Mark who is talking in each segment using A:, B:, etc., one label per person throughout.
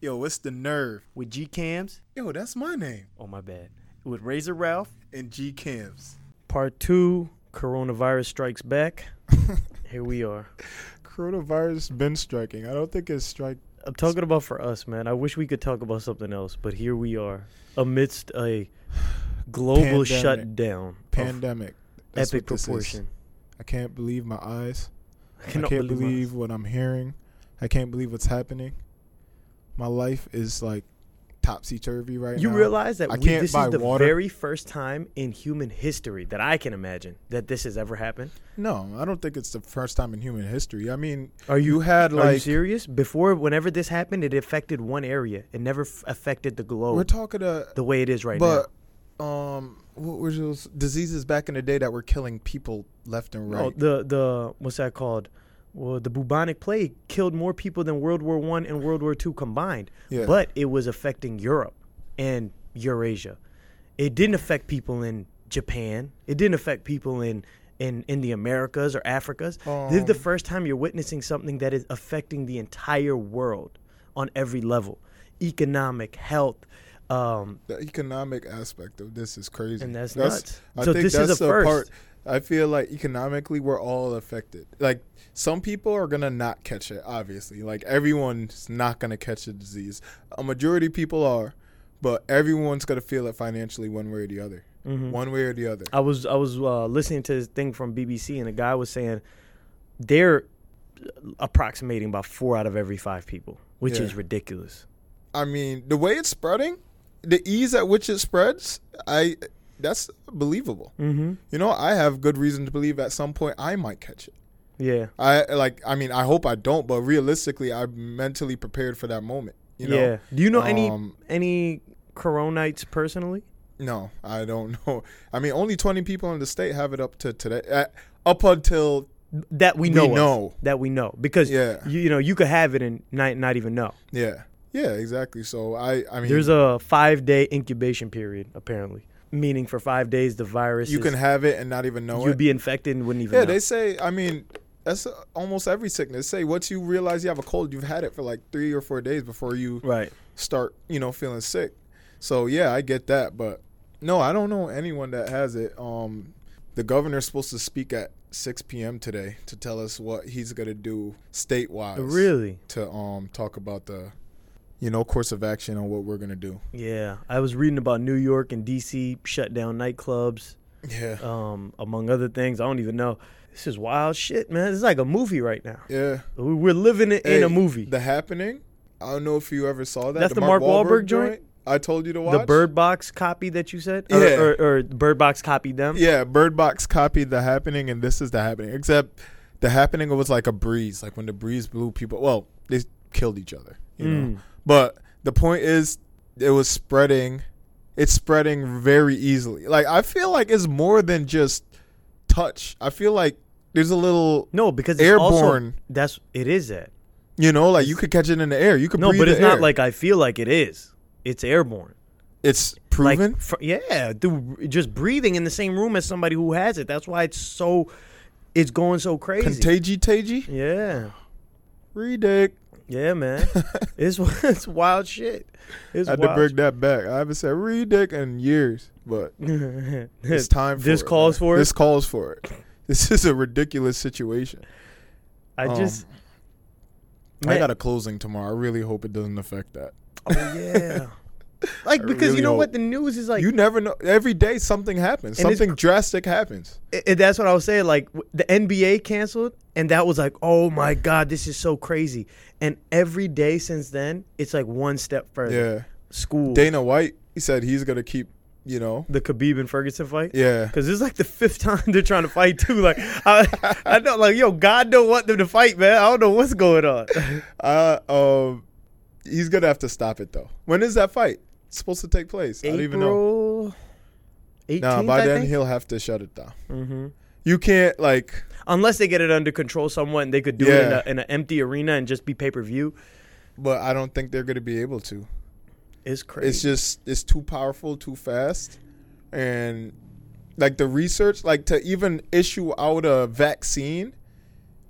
A: Yo, it's the nerve.
B: with G Cams.
A: Yo, that's my name.
B: Oh my bad. With Razor Ralph.
A: And G Camps.
B: Part two. Coronavirus strikes back. Here we are.
A: Coronavirus been striking. I don't think it's strike.
B: I'm talking about for us, man. I wish we could talk about something else, but here we are amidst a global
A: Pandemic.
B: shutdown of
A: Pandemic. That's
B: epic
A: what this is.
B: proportion.
A: I can't believe my eyes.
B: I
A: I,
B: cannot
A: can't
B: my-
A: believe what I'm hearing. I can't believe what's happening. My life is like topsy turvy right
B: you
A: now.
B: realize that
A: I
B: we,
A: can't
B: this
A: buy
B: is the
A: water.
B: very first time in human history that I can imagine that this has ever happened.
A: No, I don't think it's the first time in human history. I mean,
B: Are you-
A: had
B: Are you
A: like
B: serious? Before, whenever this happened, it affected one area. It never f- affected the globe
A: we're talking to
B: the way it is right now.
A: but um what were those diseases back in the day that were killing people left and right?
B: Oh, the the what's that called? Well, the bubonic plague killed more people than World War One and World War Two combined.
A: Yeah.
B: But it was affecting Europe and Eurasia. It didn't affect people in Japan. It didn't affect people in in, in the Americas or Africas. this is the
A: Um,
B: first time you're witnessing something that is affecting the entire world on every level, economic, health. Um,
A: the economic aspect of this is crazy.
B: And that's nuts.
A: I
B: So
A: think
B: this is
A: that's
B: a
A: the
B: first.
A: part. I feel like economically we're all affected. Like some people are gonna not catch it, obviously. Like everyone's not gonna catch the disease. A majority of people are, but everyone's gonna feel it financially one way or the other.
B: Mm-hmm.
A: One way or the other.
B: I was I was uh, listening to this thing from BBC, and a guy was saying they're approximating about four out of every five people, which
A: Yeah.
B: is ridiculous.
A: I mean, the way it's spreading, the ease at which it spreads, I that's believable.
B: Mm-hmm.
A: You know, I have good reason to believe at some point I might catch it.
B: Yeah,
A: I like. I mean, I hope I don't, but realistically, I'm mentally prepared for that moment. You know?
B: yeah. Do you know any
A: um,
B: any coronites personally?
A: No, I don't know. I mean, only 20 people in the state have it up to today. Uh, up until
B: That we know, of,
A: know.
B: that we know because
A: Yeah.
B: you, you know you could have it and not not even know.
A: yeah, yeah, exactly. So I, I mean,
B: There's a five day incubation period apparently, meaning for five days the virus
A: you
B: is-
A: can have it and not even know
B: you'd
A: it.
B: be infected and wouldn't even
A: yeah,
B: know.
A: they say. I mean, that's uh, almost every sickness. Say once you realize you have a cold, you've had it for like three or four days before you
B: right.
A: start, you know, feeling sick. So yeah, I get that, but no, I don't know anyone that has it. Um, the governor's supposed to speak at 6 p.m. today to tell us what he's gonna do statewide.
B: Really?
A: To um talk about the, you know, course of action on what we're gonna do.
B: Yeah, I was reading about New York and DC shut down nightclubs,
A: Yeah.
B: um, among other things. I don't even know. This is wild shit, man. This is like a movie right now.
A: yeah.
B: We- We're living it in
A: Hey,
B: a movie.
A: The happening. I don't know if you ever saw that.
B: That's the Mark Wahlberg joint?
A: I told you to
B: The
A: watch.
B: Bird Box copy that you said, or,
A: Yeah.
B: or, or Bird Box copied them.
A: Yeah, Bird Box copied The Happening, and this is The Happening. Except The Happening was like a breeze. Like when the breeze blew people, well, they killed each other, you know.
B: Mm.
A: But the point is, it was spreading. It's spreading very easily. Like I feel like it's more than just touch. I feel like there's a little,
B: No, because it's
A: Airborne.
B: Also, that's it is that.
A: you know, like you could catch it in the air. You could
B: No,
A: breathe
B: but
A: the
B: it's not
A: air.
B: like I feel like it is. It's airborne.
A: it's proven.
B: Like, fr- yeah, dude, just breathing in the same room as somebody who has it. That's why it's so, it's going so crazy.
A: Contagi, tagi,
B: yeah.
A: redick.
B: Yeah, man. it's it's wild shit. It's
A: I had to
B: wild.
A: bring that back. I haven't said redick in years, but It's time for
B: this
A: it,
B: calls
A: man.
B: for
A: This
B: it.
A: calls for it. This is a ridiculous situation.
B: I
A: um,
B: just
A: I
B: Man.
A: got a closing tomorrow. I really hope it doesn't affect that.
B: oh yeah. Like
A: I
B: because
A: really
B: you know
A: hope-
B: what the news is like.
A: you never know. Every day something happens.
B: And it's
A: Something
B: cr-
A: drastic happens.
B: I- I- that's what I was saying. Like w- the NBA canceled, and that was like, oh my god, this is so crazy. And every day since then, it's like one step further.
A: Yeah.
B: School.
A: Dana White he said he's gonna keep. You know.
B: the Khabib and Ferguson fight.
A: Yeah.
B: Cause this is like the fifth time they're trying to fight too. Like I, I don't like yo, God don't want them to fight, man. I don't know what's going on.
A: Uh. Um. He's gonna have to stop it though. When is that fight supposed to take place? I don't even know.
B: April 18th,
A: Nah. By
B: I
A: then
B: think?
A: he'll have to shut it down.
B: Mhm.
A: You can't like.
B: Unless they get it under control somewhat and they could do
A: Yeah.
B: it in, a, in an empty arena and just be pay per view.
A: But I don't think they're gonna be able to.
B: It's crazy.
A: it's just it's too powerful too fast and like the research like to even issue out a vaccine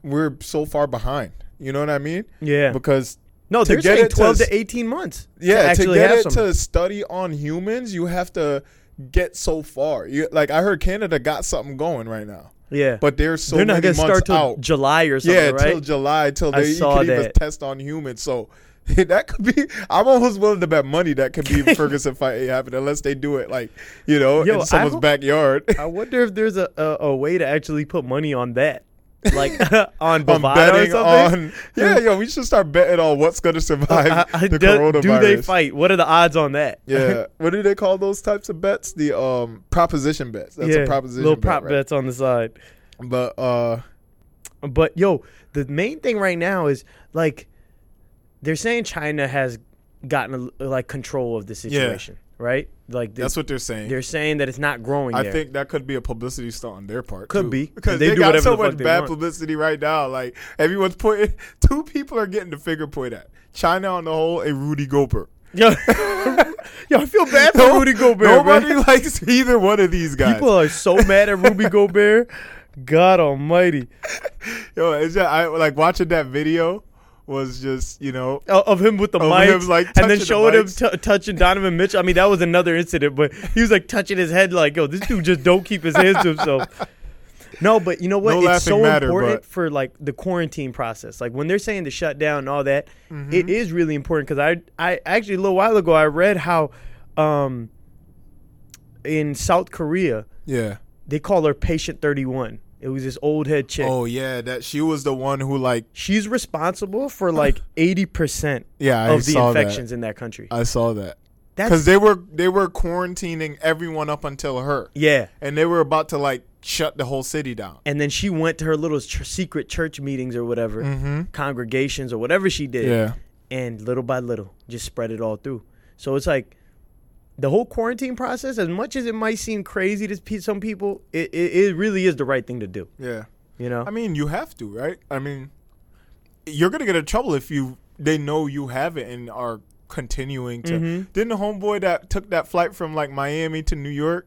A: we're so far behind you know what i mean
B: yeah.
A: because
B: No,
A: To
B: they're
A: get
B: saying
A: it to
B: 12
A: s-
B: to 18 months.
A: yeah,
B: to
A: to,
B: actually
A: get
B: have
A: it
B: something.
A: to study on humans, you have to get so far. You, like I heard Canada got something going right now,
B: yeah,
A: but there's so
B: they're not
A: many
B: gonna
A: months
B: start till
A: out.
B: July or something,
A: yeah,
B: right?
A: till July, till
B: I
A: they you
B: saw
A: can even
B: that.
A: test on humans. So that could be. I'm almost willing to bet money that could be Ferguson fight ain't happening unless they do it like you know
B: Yo, I
A: in someone's
B: hope-
A: backyard.
B: I wonder if there's a, a, a way to actually put money on that, like on
A: I'm
B: Bovada or something.
A: yeah, yo, we should start betting on what's gonna survive
B: I- I-
A: the
B: do,
A: coronavirus.
B: do they fight? What are the odds on that?
A: Yeah, what do they call those types of bets? The um proposition bets. That's
B: Yeah,
A: a proposition
B: Little
A: bet,
B: prop
A: right?
B: bets on the side.
A: But uh,
B: But yo, the main thing right now is like they're saying China has gotten like control of the situation, right? Like
A: that's what they're saying.
B: they're saying that it's not growing.
A: I
B: there.
A: think that could be a publicity stunt on their part.
B: Could
A: too.
B: be.
A: because
B: They
A: they,
B: do
A: got
B: whatever
A: so
B: the fuck
A: much
B: they
A: bad
B: want.
A: publicity right now. Like everyone's pointing. Two people are getting the finger point at China on the whole and Rudy Gobert.
B: Yo, yo, I feel bad for
A: No-
B: Rudy Gobert.
A: Nobody
B: man.
A: likes either one of these guys.
B: People are so mad at Ruby Gobert. God Almighty,
A: Yo, it's just, I like watching that video was just you know
B: O- of him with the
A: Of
B: mic,
A: him, like,
B: and
A: touching
B: then
A: the
B: showing him
A: mics.
B: t- touching Donovan Mitchell. I mean, that was another incident, but he was like touching his head, like, "Yo, this dude just don't keep his hands to himself." No, but you know what?
A: No
B: it's
A: laughing
B: so
A: matter,
B: important
A: but-
B: for like the quarantine process. Like when they're saying to shut down and all that,
A: Mm-hmm.
B: it is really important because I, I actually a little while ago I read how, um, in South Korea,
A: yeah.
B: they call her patient 31 it was this old head chick
A: Oh yeah, that she was the one who like
B: she's responsible for like 80%
A: yeah I
B: of the
A: saw
B: infections in that country
A: that. I saw that because
B: that's
A: they were they were quarantining everyone up until her,
B: yeah
A: and they were about to like shut the whole city down.
B: and then she went to her little ch- secret church meetings or whatever congregations or whatever she did
A: Mm-hmm. Yeah,
B: and little by little just spread it all through so it's like the whole quarantine process as much as it might seem crazy to pe- some people it, it, it really is the right thing to do
A: yeah.
B: you know
A: I mean, you have to, right? I mean, you're gonna get in trouble if you they know you have it and are continuing to.
B: Mm-hmm.
A: Didn't the homeboy that took that flight from like Miami to New York,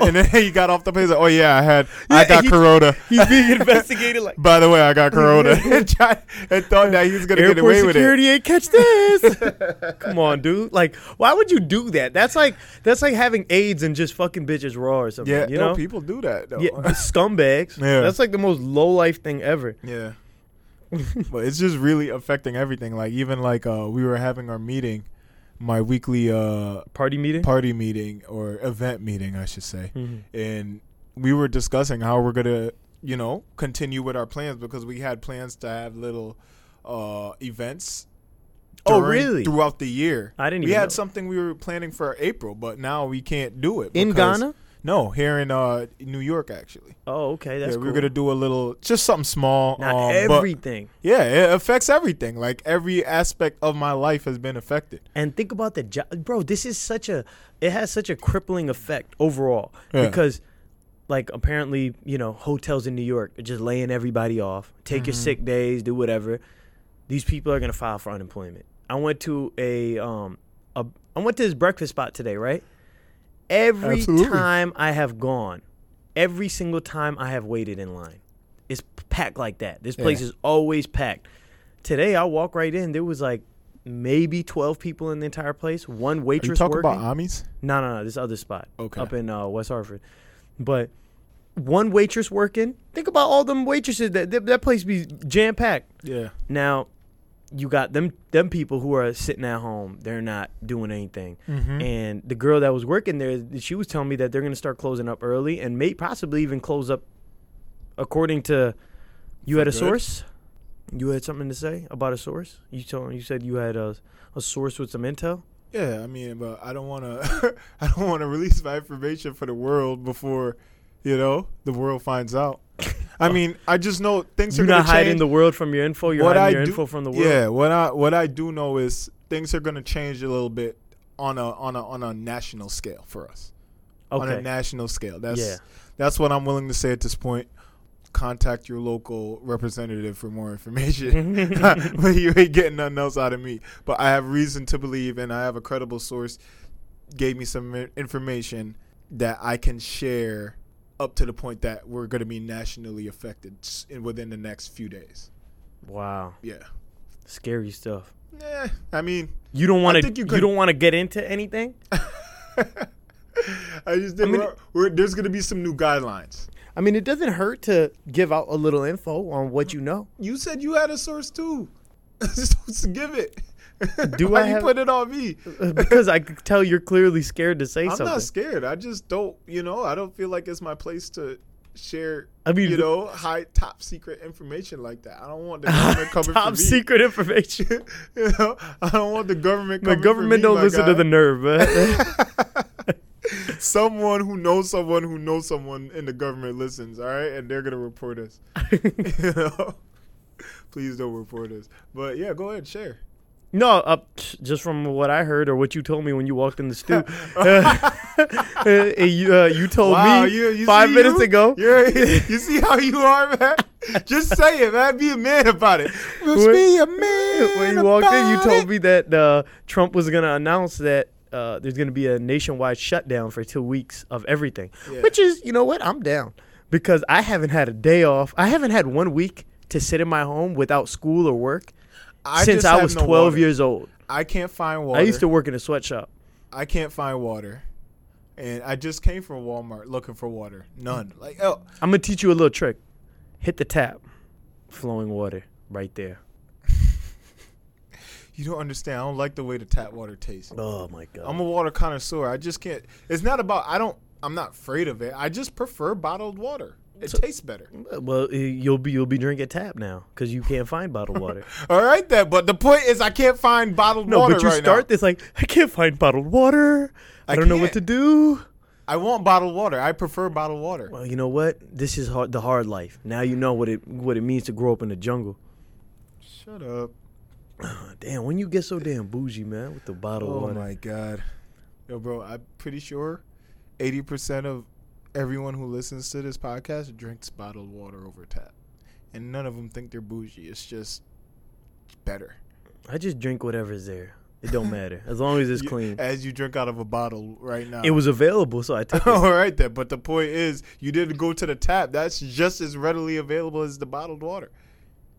A: and then he got off the plane he's like, "Oh yeah, I had, I
B: Yeah,
A: got
B: he-
A: corona."
B: he's being investigated like
A: By the way, I got corona, and, tried, and thought that he was gonna get
B: Airport
A: away with it.
B: security ain't catch this. Come on, dude. Like, why would you do that? That's like that's like having AIDS and just fucking bitches raw or something.
A: Yeah,
B: you
A: no,
B: know,
A: people do that though.
B: yeah, scumbags.
A: Yeah.
B: That's like the most low life thing ever.
A: Yeah. but it's just really affecting everything. Like even like uh we were having our meeting, my weekly uh
B: Party meeting.
A: party meeting or event meeting, I should say.
B: Mm-hmm.
A: And we were discussing how we're going to, you know, continue with our plans because we had plans to have little uh events
B: Oh, really?
A: Throughout the year,
B: I didn't
A: We
B: even
A: had
B: know.
A: something we were planning for April, but now we can't do it
B: In
A: because-
B: Ghana?
A: No, here in uh, New York, actually.
B: oh, okay, that's
A: yeah, we
B: cool.
A: were gonna do a little, just something small.
B: Not
A: um, but-
B: everything.
A: yeah, it affects everything. Like every aspect of my life has been affected.
B: And think about the job, bro. This is such a it has such a crippling effect overall
A: Yeah.
B: because. Like apparently, you know, hotels in New York are just laying everybody off. Take your
A: Mm-hmm.
B: sick days, do whatever. These people are gonna file for unemployment. I went to a um a I went to this breakfast spot today, right? Every
A: Absolutely.
B: time I have gone, every single time I have waited in line, it's packed like that. This place
A: Yeah.
B: is always packed. Today I walk right in. There was like maybe twelve people in the entire place. One
A: Are you
B: waitress
A: talking
B: working.
A: about Amis?
B: no, no, no. This other spot.
A: Okay.
B: Up in uh, West Hartford, but one waitress working. Think about all them waitresses. That that, that place be jam packed.
A: Yeah.
B: Now, you got them them people who are sitting at home. They're not doing anything.
A: Mm-hmm.
B: And the girl that was working there, she was telling me that they're going to start closing up early and may possibly even close up. According to, you had a
A: good?
B: source. You had something to say about a source. You told you said you had a a source with some intel.
A: Yeah, I mean, but I don't want to. I don't want to release my information for the world before, you know, the world finds out. I mean, I just know things
B: You're
A: are gonna
B: not hiding
A: change.
B: the world from your info. You're
A: What
B: hiding
A: I
B: your
A: do-
B: info from the world.
A: Yeah, what I what I do know is things are gonna change a little bit on a on a on a national scale for us. on a
B: Okay.
A: national scale. That's
B: Yeah.
A: that's what I'm willing to say at this point. Contact your local representative for more information. but you ain't getting nothing else out of me. But I have reason to believe, and I have a credible source gave me some i- information that I can share up to the point that we're going to be nationally affected s- in- within the next few days.
B: Wow.
A: Yeah.
B: Scary stuff.
A: Yeah, I mean,
B: You don't want to.
A: think you
B: You,
A: could-
B: don't want to get into anything.
A: I just think
B: mean-
A: we're, we're, there's gonna be some new guidelines.
B: I mean, it doesn't hurt to give out a little info on what you know.
A: You said you had a source too. Just give it.
B: Do
A: Why
B: I
A: you
B: have-
A: put it on me?
B: because I could tell you're clearly scared to say
A: I'm
B: something.
A: not scared. I just don't. You know, I don't feel like it's my place to share.
B: I mean,
A: you know, high top secret information like that. I don't want the government coming for
B: Top
A: me.
B: secret information.
A: you know, I don't want the government.
B: The
A: Coming
B: government
A: for me,
B: don't
A: my
B: listen to
A: guy.
B: the nerve, man.
A: someone who knows someone who knows someone in the government listens, all right, and they're gonna report us. you know, please don't report us. But yeah, go ahead, share.
B: no, uh, psh, just from what I heard or what you told me when you walked in the stew, uh, you, uh, you told me five
A: see
B: minutes
A: you?
B: ago.
A: You're, you see how you are, man. Just say it, man. Be a man about it. Just
B: When-
A: be a man.
B: when you walked in, you
A: about
B: told
A: it.
B: me that uh, Trump was going to announce that uh, there's going to be a nationwide shutdown for two weeks of everything,
A: Yeah.
B: which is, you know what? I'm down because I haven't had a day off. I haven't had one week to sit in my home without school or work since
A: just
B: I
A: have
B: was
A: no
B: 12
A: water.
B: years old.
A: I can't find water.
B: I used to work in a sweatshop.
A: I can't find water. And I just came from Walmart looking for water. None. Like, oh,
B: I'm going to teach you a little trick. Hit the tap, flowing water right there.
A: you don't understand. I don't like the way the tap water tastes.
B: Oh my God.
A: I'm a water connoisseur. I just can't. It's not about. I don't. I'm not afraid of it. I just prefer bottled water. It tastes better.
B: well, eh, you'll be you'll be drinking tap now because you can't find bottled water.
A: All right, then. But the point is, I can't find bottled
B: No,
A: water
B: but you
A: right
B: start
A: now.
B: this like I can't find bottled water. I,
A: I
B: don't know what to
A: can't.
B: do.
A: I want bottled water. I prefer bottled water.
B: Well, you know what? This is hard, the hard life. Now you know what it what it means to grow up in the jungle.
A: Shut up.
B: Damn, when you get so damn bougie, man, with the bottled
A: Oh
B: water.
A: my god. Yo, bro. I'm pretty sure, eighty percent of everyone who listens to this podcast drinks bottled water over tap, and none of them think they're bougie. It's just better.
B: I just drink whatever's there. It don't matter as long as it's
A: You-
B: clean.
A: As you drink out of a bottle right now.
B: It was available, so I took it.
A: All right then, but the point is, you didn't go to the tap. That's just as readily available as the bottled water.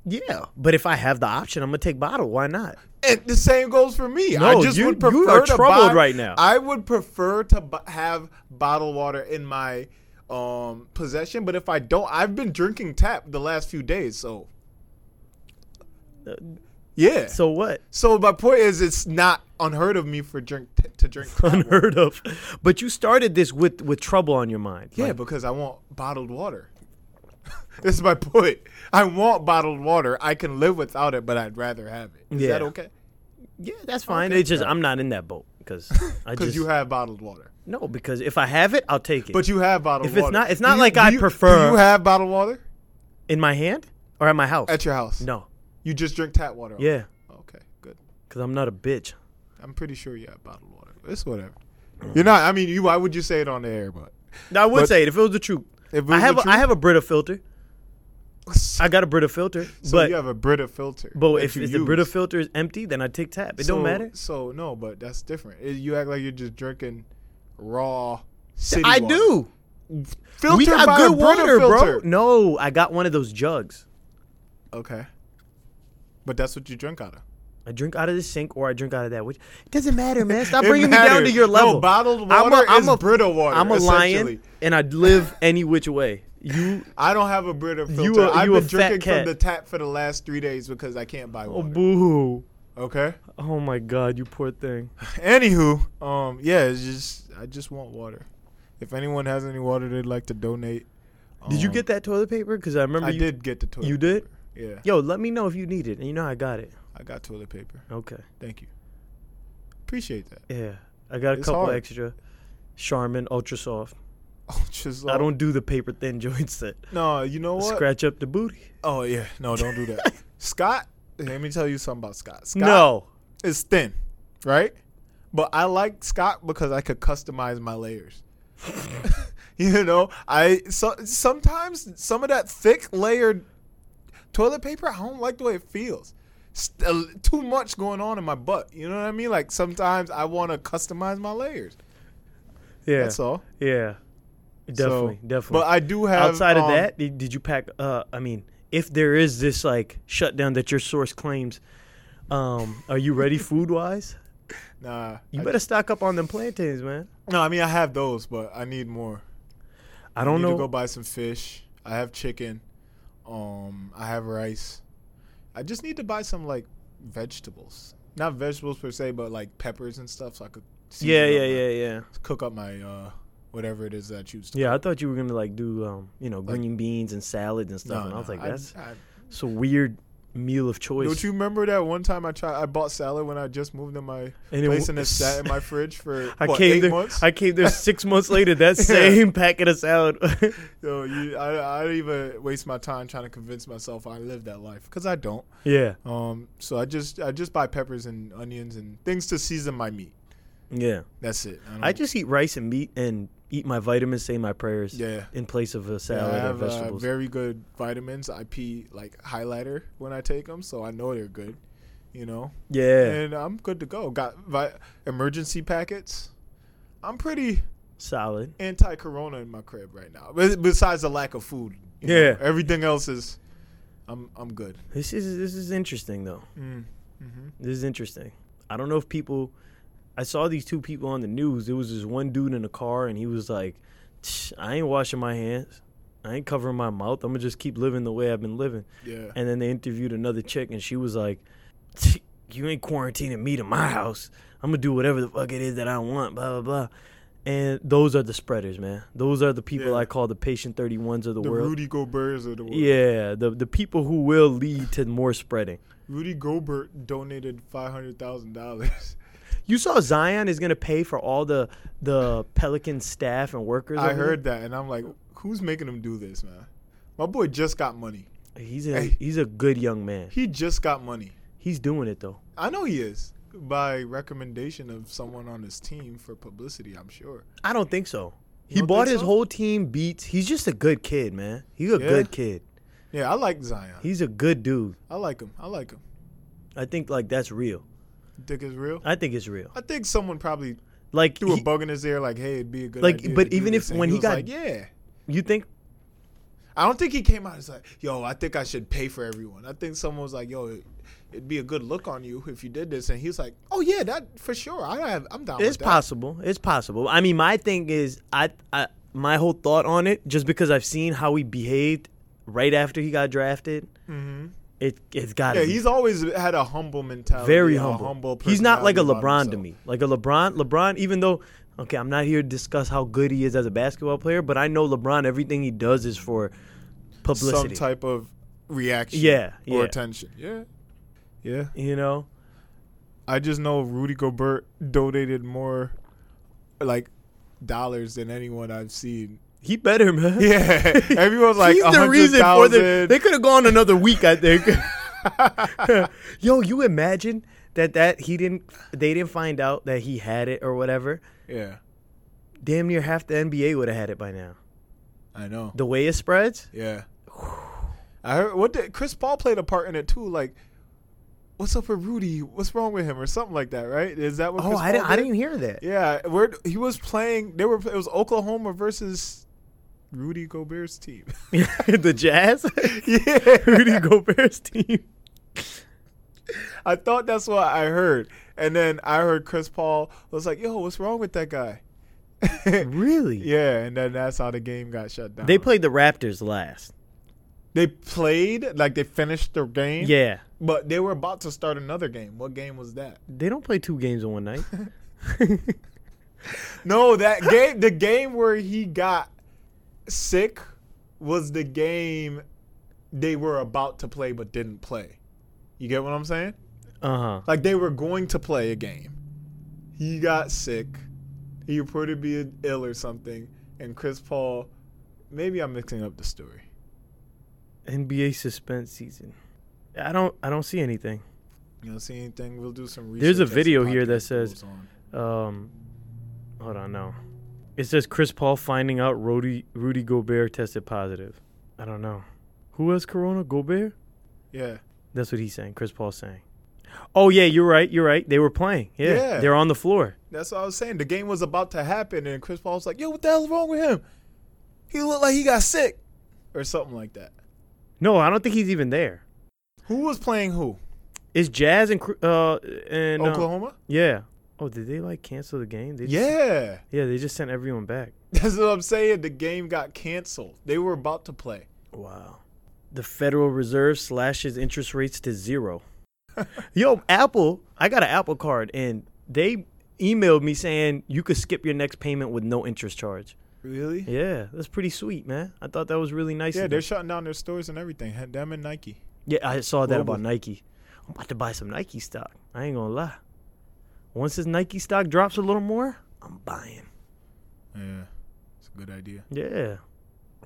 B: yeah, but if I have the option, I'm gonna take bottle. Why not?
A: And the same goes for me. I
B: No,
A: just
B: you-
A: would prefer
B: you are
A: to
B: troubled
A: buy-
B: right now.
A: I would prefer to bu- have bottled water in my um, possession, but if I don't, I've been drinking tap the last few days. So,
B: Uh,
A: yeah. So,
B: So what?
A: my point is, it's not unheard of me for drink t- to drink. tap water.
B: Unheard of. But you started this with with trouble on your mind.
A: Yeah,
B: Like,
A: because I want bottled water. this is my point. I want bottled water. I can live without it, but I'd rather have it. Is that
B: Yeah.
A: okay?
B: yeah, that's fine.
A: Okay.
B: It's just I'm not in that boat because I
A: Because
B: just
A: you have bottled water.
B: no because if I have it, I'll take it.
A: But you have bottled
B: If
A: water.
B: it's not- it's not
A: Do you-
B: like
A: do
B: I
A: you-
B: prefer-
A: Do you have bottled water
B: In my hand or at my house?
A: at your house?
B: no.
A: You just drink tap water. Oh,
B: Yeah,
A: Okay, good.
B: because I'm not a bitch.
A: I'm pretty sure you have bottled water. It's whatever. You're not. I mean, you. Why would you say it on the air? But
B: Now, I would
A: But-
B: say it if it was the truth.
A: if it
B: I
A: was
B: have
A: the
B: a, I have a Brita filter.
A: truth- so
B: I got a Brita filter, but
A: you have a Brita filter.
B: but
A: that
B: if,
A: you
B: if the Brita
A: use.
B: filter is empty, then I take tap. It
A: so,
B: don't matter.
A: So no, but that's different. It- you act like you're just drinking raw. City
B: I
A: water.
B: do.
A: Filter
B: we got
A: by
B: good
A: a Brita
B: water,
A: filter.
B: bro. No, I got one of those jugs.
A: Okay. But that's what you drink out of.
B: I drink out of the sink or I drink out of that. Which it doesn't matter, man. Stop
A: It
B: bringing me down to
A: matters.
B: your
A: No,
B: level.
A: bottled water is Brita water,
B: I'm a
A: essentially.
B: lion, and I live any which way. You,
A: I don't have a Brita filter.
B: a-
A: I've
B: you a
A: been
B: fat
A: drinking
B: cat.
A: from the tap for the last three days because I can't buy
B: oh
A: water.
B: boo,
A: Okay.
B: oh my god, you poor thing.
A: Anywho, um, yeah, it's just I just want water. If anyone has any water they'd like to donate,
B: Did you
A: um,
B: get that toilet paper? Because I remember
A: I
B: you,
A: did get the toilet.
B: You did?
A: paper. Yeah,
B: Yo, let me know if you need it. And you know I got it.
A: I got toilet paper.
B: Okay.
A: Thank you. Appreciate that.
B: Yeah. I got a
A: It's
B: couple
A: hard.
B: extra. Charmin Ultra Soft.
A: Oh, just
B: I don't do the paper thin joints that
A: No, you know what?
B: scratch up the booty.
A: Oh yeah, no, don't do that. Scott, let me tell you something about Scott. Scott
B: No.
A: is thin, right? But I like Scott because I could customize my layers. you know, I so, sometimes some of that thick layered toilet paper, I don't like the way it feels. St- uh, too much going on in my butt. You know what I mean? Like sometimes I want to customize my layers.
B: Yeah.
A: That's all.
B: Yeah. Definitely.
A: So,
B: definitely.
A: But I do have
B: Outside
A: um,
B: of that, did, did you pack uh I mean, if there is this like shutdown that your source claims, Um, are you ready food wise?
A: Nah.
B: You
A: I-
B: better stock up on them plantains, man.
A: no, I mean I have those, but I need more.
B: I don't
A: need
B: know.
A: to go buy some fish. I have chicken. Um, I have rice. I just need to buy some like vegetables, not vegetables per se, but like peppers and stuff, so I could season
B: yeah,
A: up
B: yeah,
A: my-
B: yeah, yeah.
A: cook up my uh whatever it is that I choose. To
B: Yeah, I thought you were gonna like do um, you know,
A: Like-
B: green beans and salads and stuff, and I was like, that's
A: I,
B: it's a weird meal of choice.
A: don't you remember that one time I tried? I bought salad when I just moved to my
B: and it
A: place, and
B: w-
A: it sat in my fridge for
B: I
A: what,
B: came
A: eight
B: there.
A: months.
B: I came there six months later. That
A: Yeah.
B: same packet of salad.
A: Yo, you, I, I don't even waste my time trying to convince myself I live that life because I don't.
B: yeah,
A: Um, so I just I just buy peppers and onions and things to season my meat.
B: yeah.
A: That's it. don't-
B: I just eat rice and meat and eat my vitamins, say my prayers
A: yeah.
B: in place of a
A: Yeah,
B: salad
A: I
B: or
A: have uh,
B: vegetables.
A: very good vitamins. I pee like highlighter when I take them, so I know they're good. You know,
B: yeah,
A: and I'm good to go. Got vi- emergency packets. I'm pretty
B: solid.
A: anti-corona in my crib right now. Bes- Besides the lack of food, you know.
B: Yeah.
A: everything else is. I'm I'm good.
B: This is this is interesting though.
A: Mm. hmm
B: This is interesting. I don't know if people. I saw these two people on the news. There was this one dude in a car, and he was like, "Tch, "I ain't washing my hands. I ain't covering my mouth. I'm gonna just keep living the way I've been living."
A: Yeah.
B: And then they interviewed another chick, and she was like, "Tch, "You ain't quarantining me to my house. I'm gonna do whatever the fuck it is that I want." Blah blah blah. And those are the spreaders, man. Those are the people
A: Yeah.
B: I call the patient 31s of the,
A: The
B: world.
A: Rudy Gobert's of the world.
B: yeah, the the people who will lead to more spreading.
A: Rudy Gobert donated five hundred thousand dollars.
B: You saw Zion is gonna pay for all the the Pelican staff and workers.
A: I
B: over
A: heard that, and I'm like, who's making him do this, man? My boy just got money.
B: there? he's a
A: Hey.
B: he's a good young man.
A: He just got money.
B: He's doing it though.
A: I know he is by recommendation of someone on his team for publicity. I'm sure.
B: I don't think so.
A: You
B: He
A: don't
B: bought
A: think
B: his
A: so?
B: whole team beats. He's just a good kid, man. He's a
A: Yeah.
B: good kid.
A: Yeah, I like Zion.
B: He's a good dude.
A: I like him. I like him.
B: I think like that's real.
A: Dick is real.
B: I think it's real.
A: I think someone probably
B: Like
A: threw
B: he-
A: a bug in his ear, like, "Hey, it'd be a good."
B: Like,
A: idea
B: but
A: to do
B: even
A: this,"
B: if
A: and
B: when he
A: was
B: got-
A: like, yeah,
B: you think
A: I don't think he came out as like, "Yo, I think I should pay for everyone." I think someone was like, "Yo, it, it'd be a good look on you if you did this," and he was like, "Oh yeah, that for sure. I have, I'm down."
B: it's
A: with that.
B: possible. It's possible. I mean, my thing is, I, I my whole thought on it, just because I've seen how he behaved right after he got drafted,
A: Mm-hmm.
B: it it's got.
A: Yeah,
B: be
A: he's always had a humble mentality.
B: very
A: a
B: humble.
A: humble
B: he's not like a
A: personality about
B: LeBron to
A: himself.
B: me. Like a LeBron, LeBron, even though, okay, I'm not here to discuss how good he is as a basketball player, but I know LeBron, everything he does is for publicity.
A: Some type of reaction.
B: Yeah,
A: Or
B: yeah.
A: attention. Yeah. Yeah.
B: you know?
A: I just know Rudy Gobert donated more, like, dollars than anyone I've seen.
B: He better, man.
A: Yeah. Everyone's like,
B: he's the reason for
A: 100,000.
B: the. They could have gone another week, I think. Yo, you imagine that that he didn't they didn't find out that he had it or whatever.
A: Yeah.
B: Damn near half the NBA would have had it by now.
A: I know.
B: The way it spreads,
A: Yeah. I heard what did Chris Paul played a part in it too. Like, what's up with Rudy? What's wrong with him, or something like that, right? Is that what?
B: oh,
A: Chris
B: I
A: Paul
B: didn't, I
A: did?
B: didn't hear that.
A: Yeah, where he was playing, they were it was Oklahoma versus Rudy Gobert's team.
B: the Jazz,
A: yeah,
B: Rudy Gobert's team.
A: I thought that's what I heard, and then I heard Chris Paul was like, "Yo, what's wrong with that guy?"
B: Really?
A: yeah, and then that's how the game got shut down.
B: They played the Raptors last.
A: They played like they finished their game.
B: Yeah.
A: but they were about to start another game. What game was that?
B: They don't play two games in one night.
A: No, that game, the game where he got sick, was the game they were about to play but didn't play. You get what I'm saying?
B: uh huh.
A: Like they were going to play a game. He got sick. He reported to be ill or something. And Chris Paul, maybe I'm mixing up the story.
B: NBA suspense season. I don't. I don't see anything.
A: You don't see anything? We'll do some research.
B: There's a
A: as the
B: video here
A: podcast
B: that says-
A: goes on.
B: Um, hold on. No, it says Chris Paul finding out Rudy Rudy Gobert tested positive. I don't know. Who has Corona? Gobert.
A: Yeah.
B: That's what he's saying. Chris Paul's saying. Oh yeah, you're right. You're right. They were playing. Yeah,
A: Yeah.
B: they're on the floor.
A: That's what I was saying. The game was about to happen, and Chris Paul was like, yo, what the hell's wrong with him? He looked like he got sick or something like that.
B: No, I don't think he's even there.
A: Who was playing who?
B: Is Jazz and Cru- uh and uh,
A: Oklahoma?
B: yeah. Oh, did they like cancel the game? They just,
A: Yeah.
B: Yeah, they just sent everyone back.
A: That's what I'm saying. The game got canceled. They were about to play.
B: Wow. The Federal Reserve slashes interest rates to zero. Yo, Apple, I got an Apple card and they emailed me saying you could skip your next payment with no interest charge.
A: Really?
B: Yeah, that's pretty sweet, man. I thought that was really nice.
A: Yeah,
B: of
A: they're
B: them.
A: shutting down their stores and everything. Had Them and Nike.
B: yeah, I saw that about
A: Global.
B: Nike. I'm about to buy some Nike stock. I ain't gonna lie. Once this Nike stock drops a little more, I'm buying.
A: Yeah, it's a good idea.
B: Yeah.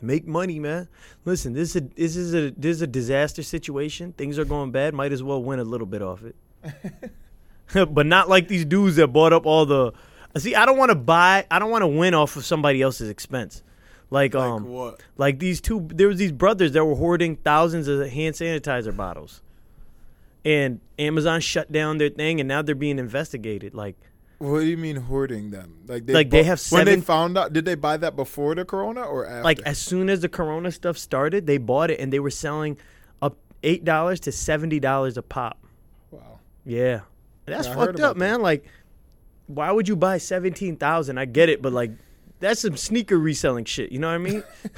B: Make money, man. Listen, this is a, this is a this is a disaster situation. Things are going bad. Might as well win a little bit off it. but not like these dudes that bought up all the. See, I don't want to buy. I don't want to win off of somebody else's expense. Like, um,
A: what?
B: like these two. There was these brothers that were hoarding thousands of hand sanitizer bottles, and Amazon shut down their thing, and now they're being investigated. Like,
A: What do you mean hoarding them? Like they
B: Like, they
A: bu-
B: have
A: when
B: seven-
A: they found out. Did they buy that before the corona or after?
B: like as soon as the corona stuff started they bought it and they were selling up eight dollars to seventy dollars a pop
A: wow.
B: yeah that's
A: Yeah, I heard
B: fucked
A: about
B: up man like why would you buy 17000 i get it but like that's some sneaker reselling shit you know what i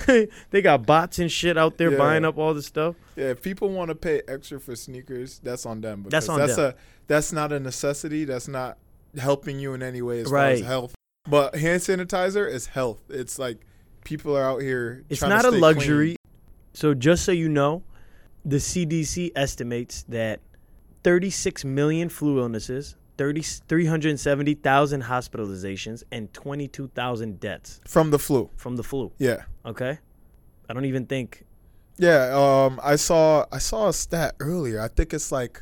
B: mean they got bots and shit out there
A: Yeah.
B: buying up all this stuff
A: Yeah, if people want to pay extra for sneakers, that's on them. Because
B: That's on
A: that's
B: them.
A: a that's not a necessity. That's not helping you in any way as far as
B: Right.
A: health. But hand sanitizer is health. It's like people are out here.
B: It's
A: trying to
B: not a
A: stay
B: luxury.
A: clean.
B: So just so you know, the CDC estimates that 36 million flu illnesses, 30, 370,000 hospitalizations, and 22,000 deaths
A: from the flu.
B: from the flu.
A: Yeah,
B: Okay, I don't even think.
A: yeah. Um, I saw I saw a stat earlier. I think it's like,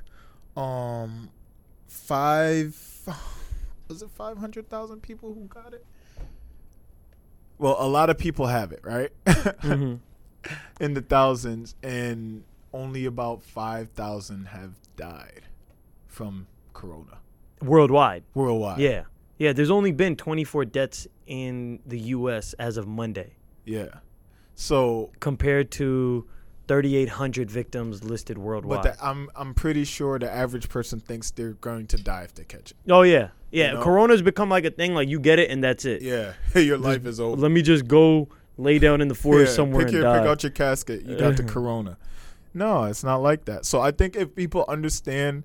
A: um, five. Was it five hundred thousand people who got it? Well, a lot of people have it, right? in the thousands, and only about 5,000 have died from corona
B: Worldwide,
A: worldwide.
B: yeah, yeah. There's only been 24 deaths in the U.S. as of Monday,
A: Yeah. So,
B: compared to 3,800 victims listed worldwide.
A: but the, I'm I'm pretty sure the average person thinks they're going to die if they catch it.
B: oh yeah, yeah.
A: know?
B: Corona's become like a thing. Like you get it and that's it.
A: Yeah. Your life is over.
B: let me just go lay down in the forest
A: Yeah,
B: somewhere
A: pick, your,
B: and die.
A: pick out your casket. You got the corona. No, it's not like that. So I think if people understand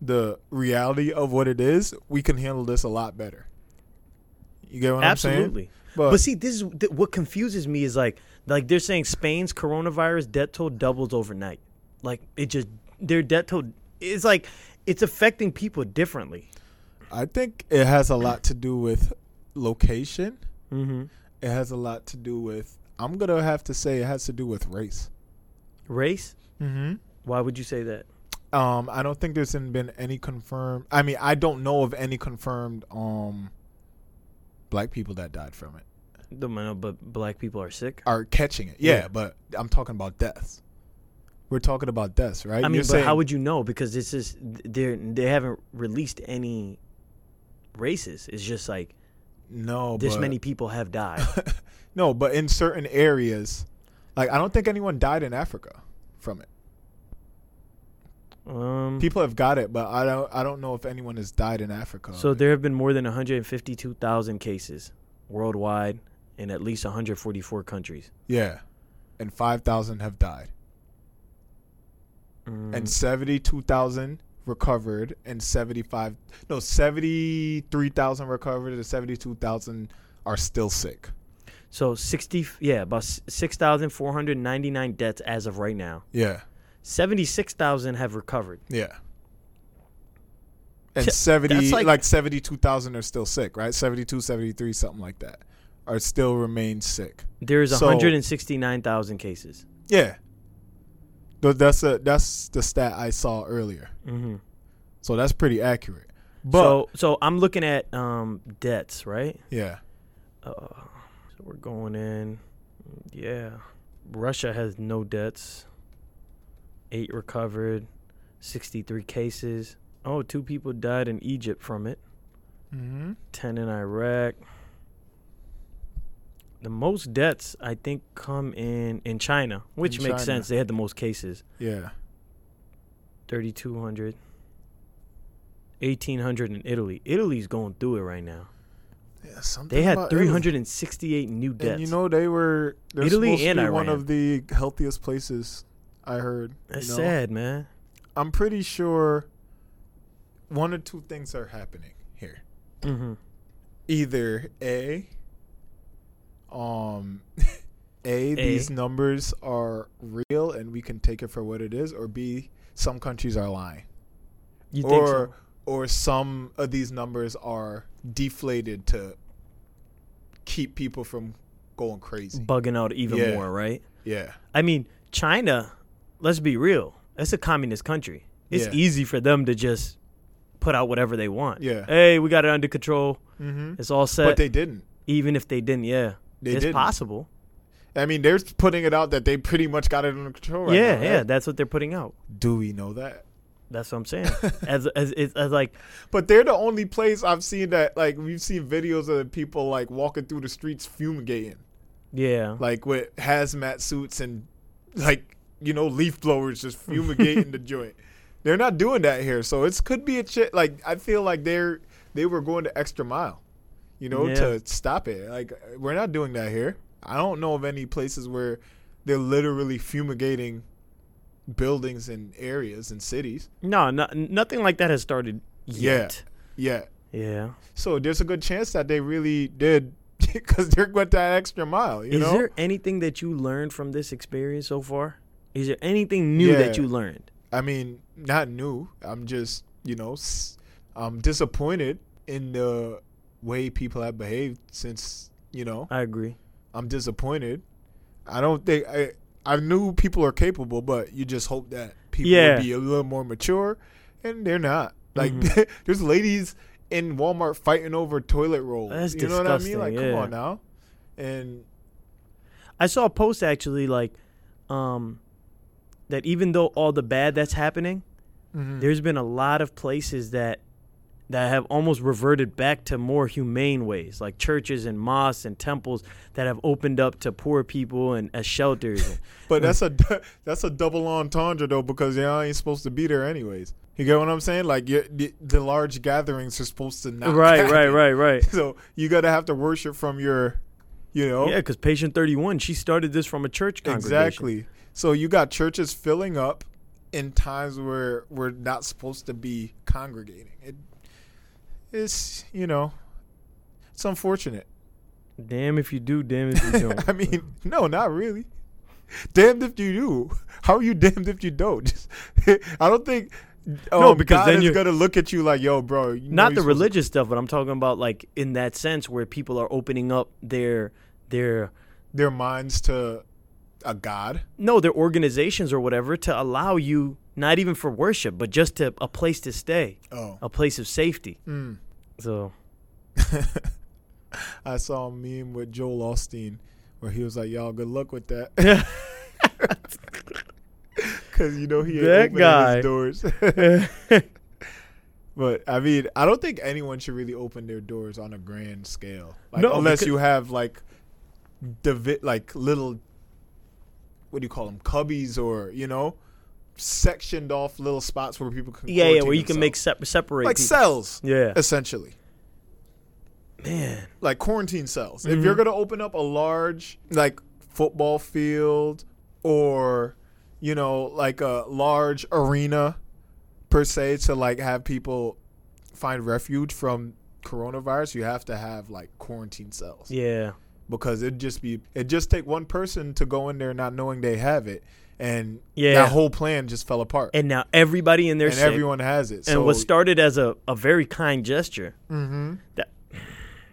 A: the reality of what it is, we can handle this a lot better. You get what I'm saying?
B: Absolutely.
A: But-
B: But, see, this is th- what confuses me is like like they're saying Spain's coronavirus death toll doubles overnight. Like it just their death toll it's like it's affecting people differently.
A: I think it has a lot to do with location.
B: Mm-hmm.
A: It has a lot to do with. I'm gonna have to say it has to do with race.
B: Race?
A: Mm-hmm.
B: Why would you say that?
A: Um, I don't think there's been any confirmed. I mean, I don't know of any confirmed um black people that died from it
B: The no, but black people are sick.
A: are catching it. Yeah,
B: Yeah.
A: but I'm talking about deaths. We're talking about deaths, right?
B: I mean,
A: You're
B: but
A: saying-
B: how would you know? Because this is they they haven't released any races. It's just like
A: no
B: this
A: but-
B: many people have died.
A: no, but in certain areas, like I don't think anyone died in Africa from
B: Mm-hmm.
A: it.
B: Um,
A: People have got it, but I don't. I don't know if anyone has died in Africa.
B: So there have been more than 152,000 cases worldwide in at least 144 countries.
A: Yeah. And 5,000 have died.
B: Mm-hmm.
A: And 72,000 recovered and 75 no 73,000 recovered and 72,000 are still sick.
B: So 60 yeah, about s- 6,499 deaths as of right now.
A: Yeah.
B: 76,000 have recovered.
A: Yeah. And
B: Th-
A: 70
B: that's
A: like,
B: like-
A: 72,000 are still sick, right? 72, 73 something like that are still remain sick.
B: There is
A: So-
B: 169,000 cases.
A: Yeah. Th- That's a that's the stat I saw earlier.
B: Mhm.
A: So that's pretty accurate. But
B: So so I'm looking at um deaths, right?
A: yeah.
B: Uh, so we're going in. Yeah. Russia has no deaths. Eight recovered, 63 cases. Oh, two people died in Egypt from it,
A: Mhm.
B: 10 in Iraq. The most deaths, I think, come in, in China, which
A: In China.
B: makes sense. They had the most cases
A: Yeah.
B: 3,200. 1,800 in Italy. Italy's going through it right now.
A: Yeah, something
B: They had
A: about Italy.
B: 368 new deaths.
A: And you know they were they're
B: Italy
A: supposed to
B: and
A: be one
B: Iran.
A: of the healthiest places I heard. you
B: That's
A: know?
B: sad, man.
A: I'm pretty sure one or two things are happening here. Mm-hmm.
B: hmm
A: Either A um A,
B: A.
A: these numbers are real and we can take it for what it is, or B, some countries are lying.
B: You think
A: or
B: so?
A: or some of these numbers are deflated to keep people from going crazy.
B: bugging out even
A: Yeah.
B: more, right?
A: Yeah.
B: I mean, China, let's be real, that's a communist country. It's
A: Yeah.
B: easy for them to just put out whatever they want.
A: Yeah.
B: Hey, we got it under control.
A: Mm-hmm.
B: It's all set.
A: But they didn't.
B: even if they didn't, yeah.
A: They
B: it's
A: didn't.
B: possible.
A: I mean, they're putting it out that they pretty much got it under control right
B: yeah,
A: now,
B: yeah.
A: right?
B: That's what they're putting out.
A: Do we know that?
B: That's what I'm saying. as, as, as, as like,
A: But they're the only place I've seen that like we've seen videos of people like walking through the streets fumigating,
B: yeah.
A: like with hazmat suits and like you know leaf blowers just fumigating the joint. They're not doing that here, so it could be a ch- like I feel like they're they were going the extra mile, you know,
B: Yeah.
A: to stop it. Like we're not doing that here. I don't know of any places where they're literally fumigating buildings and areas and cities.
B: no, no, nothing like that has started yet.
A: Yeah.
B: Yeah.
A: So there's a good chance that they really did because they're going that extra mile. You
B: Is
A: know,
B: there anything that you learned from this experience so far? Is there anything new that
A: Yeah.
B: you learned?
A: I mean, not new. I'm just you know, s- I'm disappointed in the way people have behaved since you know.
B: I agree.
A: I'm disappointed. I don't think I. I knew people are capable, but you just hope that people
B: Yeah.
A: will be a little more mature, and they're not. Like
B: Mm-hmm.
A: there's ladies in Walmart fighting over toilet rolls.
B: That's
A: you know what I mean?
B: disgusting,
A: Like,
B: yeah.
A: come on now. And
B: I saw a post actually like um that even though all the bad that's happening,
A: Mhm.
B: there's been a lot of places that that have almost reverted back to more humane ways, like churches and mosques and temples that have opened up to poor people and as shelters. And,
A: But that's a that's a double entendre though because y'all ain't supposed to be there anyways. You get what I'm saying? Like you, the, the large gatherings are supposed to not.
B: right,
A: happen.
B: right, right, right.
A: So you gotta have to worship from your, you know,
B: Yeah, because patient 31, she started this from a church congregation.
A: exactly. So you got churches filling up in times where we're not supposed to be congregating. It, it's you know, it's unfortunate.
B: Damn if you do, damn if you don't.
A: I mean, no, not really. Damned if you do. How are you damned if you don't? Just, I don't think. Oh,
B: No, because
A: because God
B: then
A: is
B: you're-
A: gonna look at you like, yo, bro. You know
B: not
A: you're supposed
B: the
A: to-"
B: religious stuff, but I'm talking about like in that sense where people are opening up their their
A: Their minds to a God.
B: no their organizations or whatever to allow you not even for worship, but just to a place to stay,
A: Oh.
B: a place of safety.
A: Mm.
B: So
A: I saw a meme with Joel Austin where he was like, y'all, good luck with that. Because you know he ain't
B: That
A: opening
B: guy.
A: his doors. but I mean, I don't think anyone should really open their doors on a grand scale, like,
B: No,
A: unless
B: because-
A: you have like divi- like little what do you call them cubbies or you know sectioned off little spots where people can
B: yeah, yeah, where
A: quarantine
B: you can make
A: themselves.
B: sep- separate
A: like
B: people.
A: cells
B: yeah,
A: essentially
B: man, Mm-hmm.
A: like quarantine cells. If you're gonna open up a large like football field or you know like a large arena per se to like have people find refuge from coronavirus, you have to have like quarantine cells
B: yeah,
A: because it'd just be it just take one person to go in there not knowing they have it and
B: Yeah.
A: that whole plan just fell apart and,
B: and now everybody in there sick,
A: everyone has it.
B: and
A: so
B: what started as a, a very kind gesture.
A: Mhm.
B: That,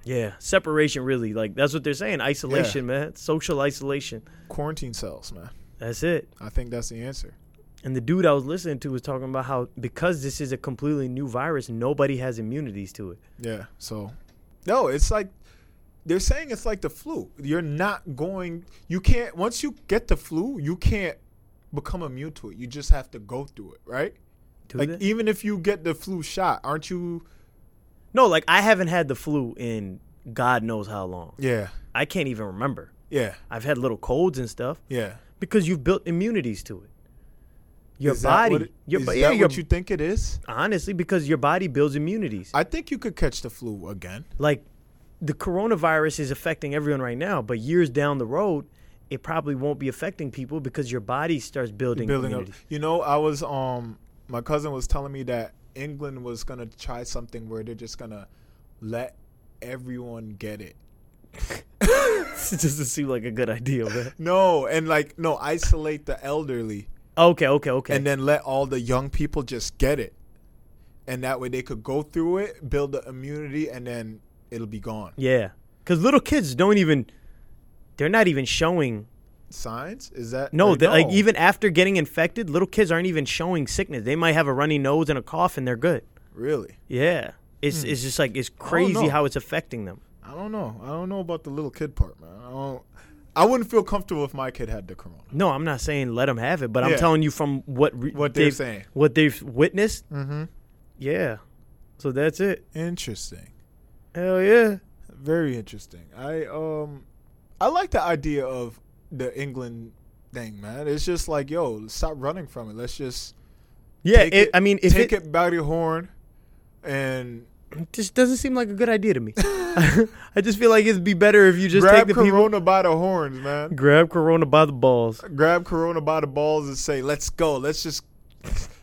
B: yeah, separation really like that's what they're saying. Isolation, man, social isolation.
A: quarantine cells, man.
B: That's it.
A: I think that's the answer.
B: And the dude I was listening to was talking about how because this is a completely new virus, nobody has immunities to it.
A: Yeah. So, no, it's like they're saying it's like the flu. You're not going. You can't. Once you get the flu, you can't become immune to it. You just have to go through it, right?
B: Do
A: like
B: they?
A: even if you get the flu shot, aren't you?
B: No, like I haven't had the flu in God knows how long.
A: Yeah.
B: I can't even remember.
A: Yeah.
B: I've had little colds and stuff
A: Yeah.
B: because you've built immunities to it. Your
A: Is that
B: body,
A: what it-
B: your
A: is
B: bo-
A: that
B: yeah, your,
A: what you think it is?
B: honestly, because your body builds immunities.
A: I think you could catch the flu again.
B: like the coronavirus is affecting everyone right now, but years down the road, it probably won't be affecting people because your body starts building,
A: Building up.
B: immunity.
A: You know, I was um my cousin was telling me that England was gonna try something where they're just gonna let everyone get it.
B: it doesn't seem like a good idea, man.
A: No, and like no, isolate the elderly
B: Okay, okay, okay.
A: and then let all the young people just get it. And that way they could go through it, build the immunity, and then it'll be gone.
B: yeah, because little kids don't even. They're not even showing.
A: Signs? Is that
B: No,
A: or
B: they- like even after getting infected, little kids aren't even showing sickness. They might have a runny nose and a cough, and they're good.
A: really?
B: Yeah, it's it's just like it's crazy
A: Hmm. know.
B: how it's affecting them.
A: I don't know. I don't know about the little kid part, man. I don't. I wouldn't feel comfortable if my kid had the corona.
B: No, I'm not saying let them have it, but I'm
A: Yeah.
B: telling you from what re-
A: What they're
B: they've-
A: saying.
B: what they've witnessed.
A: Mm-hmm.
B: Yeah, so that's it.
A: Interesting.
B: Hell yeah.
A: Very interesting. I um, I like the idea of the England thing, man. It's just like, yo, stop running from it. Let's just
B: Yeah,
A: Take
B: it,
A: it-
B: I mean, if
A: take
B: it,
A: it by the horn, and
B: it just doesn't seem like a good idea to me. I just feel like it'd be better if you just
A: grab
B: take the
A: corona
B: people,
A: by the horns, man.
B: grab Corona by the balls.
A: Grab corona by the balls and say, let's go. Let's just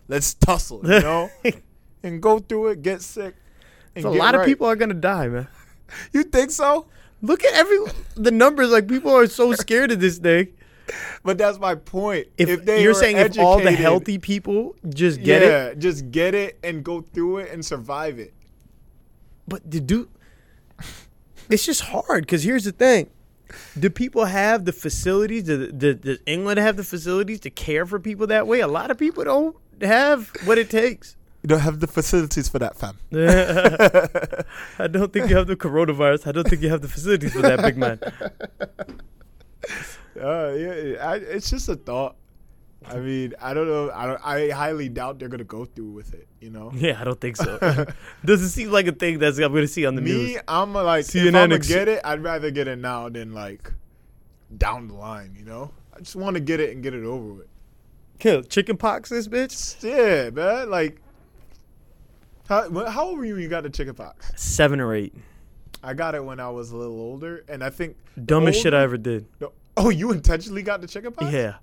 A: let's tussle, you know, and go through it. Get sick. and
B: a
A: get
B: lot of
A: right.
B: people are gonna die, man.
A: You think so?
B: Look at every the numbers. Like people are so scared of this thing.
A: But that's my point.
B: If,
A: they
B: you're
A: were
B: saying if all the
A: educated-
B: healthy people just get it,
A: yeah, just get it and go through it and survive it.
B: but the dude, it's just hard. Because here's the thing: do people have the facilities? Do- do- does England have the facilities to care for people that way? A lot of people don't have what it takes.
A: You don't have the facilities for that, fam.
B: I don't think you have the coronavirus. I don't think you have the facilities for that, big man.
A: Uh, yeah, I, it's just a thought. I mean, I don't know. I don't. I highly doubt they're gonna go through with it. You know,
B: Yeah, I don't think so. Doesn't seem like a thing that's I'm going to see on the news.
A: me, I'm a, like, if I'm
B: CNN
A: gonna
B: ex-
A: get it, I'd rather get it now than like down the line. You know, I just want to get it and get it over with.
B: Kill chicken pox, this bitch.
A: Yeah, man. Like, how, wh- how old were you when you got the chickenpox?
B: Seven or eight.
A: I got it when I was a little older, and I think
B: Dumbest
A: Old-
B: shit I ever did.
A: No. Oh, you intentionally got the chickenpox?
B: Yeah,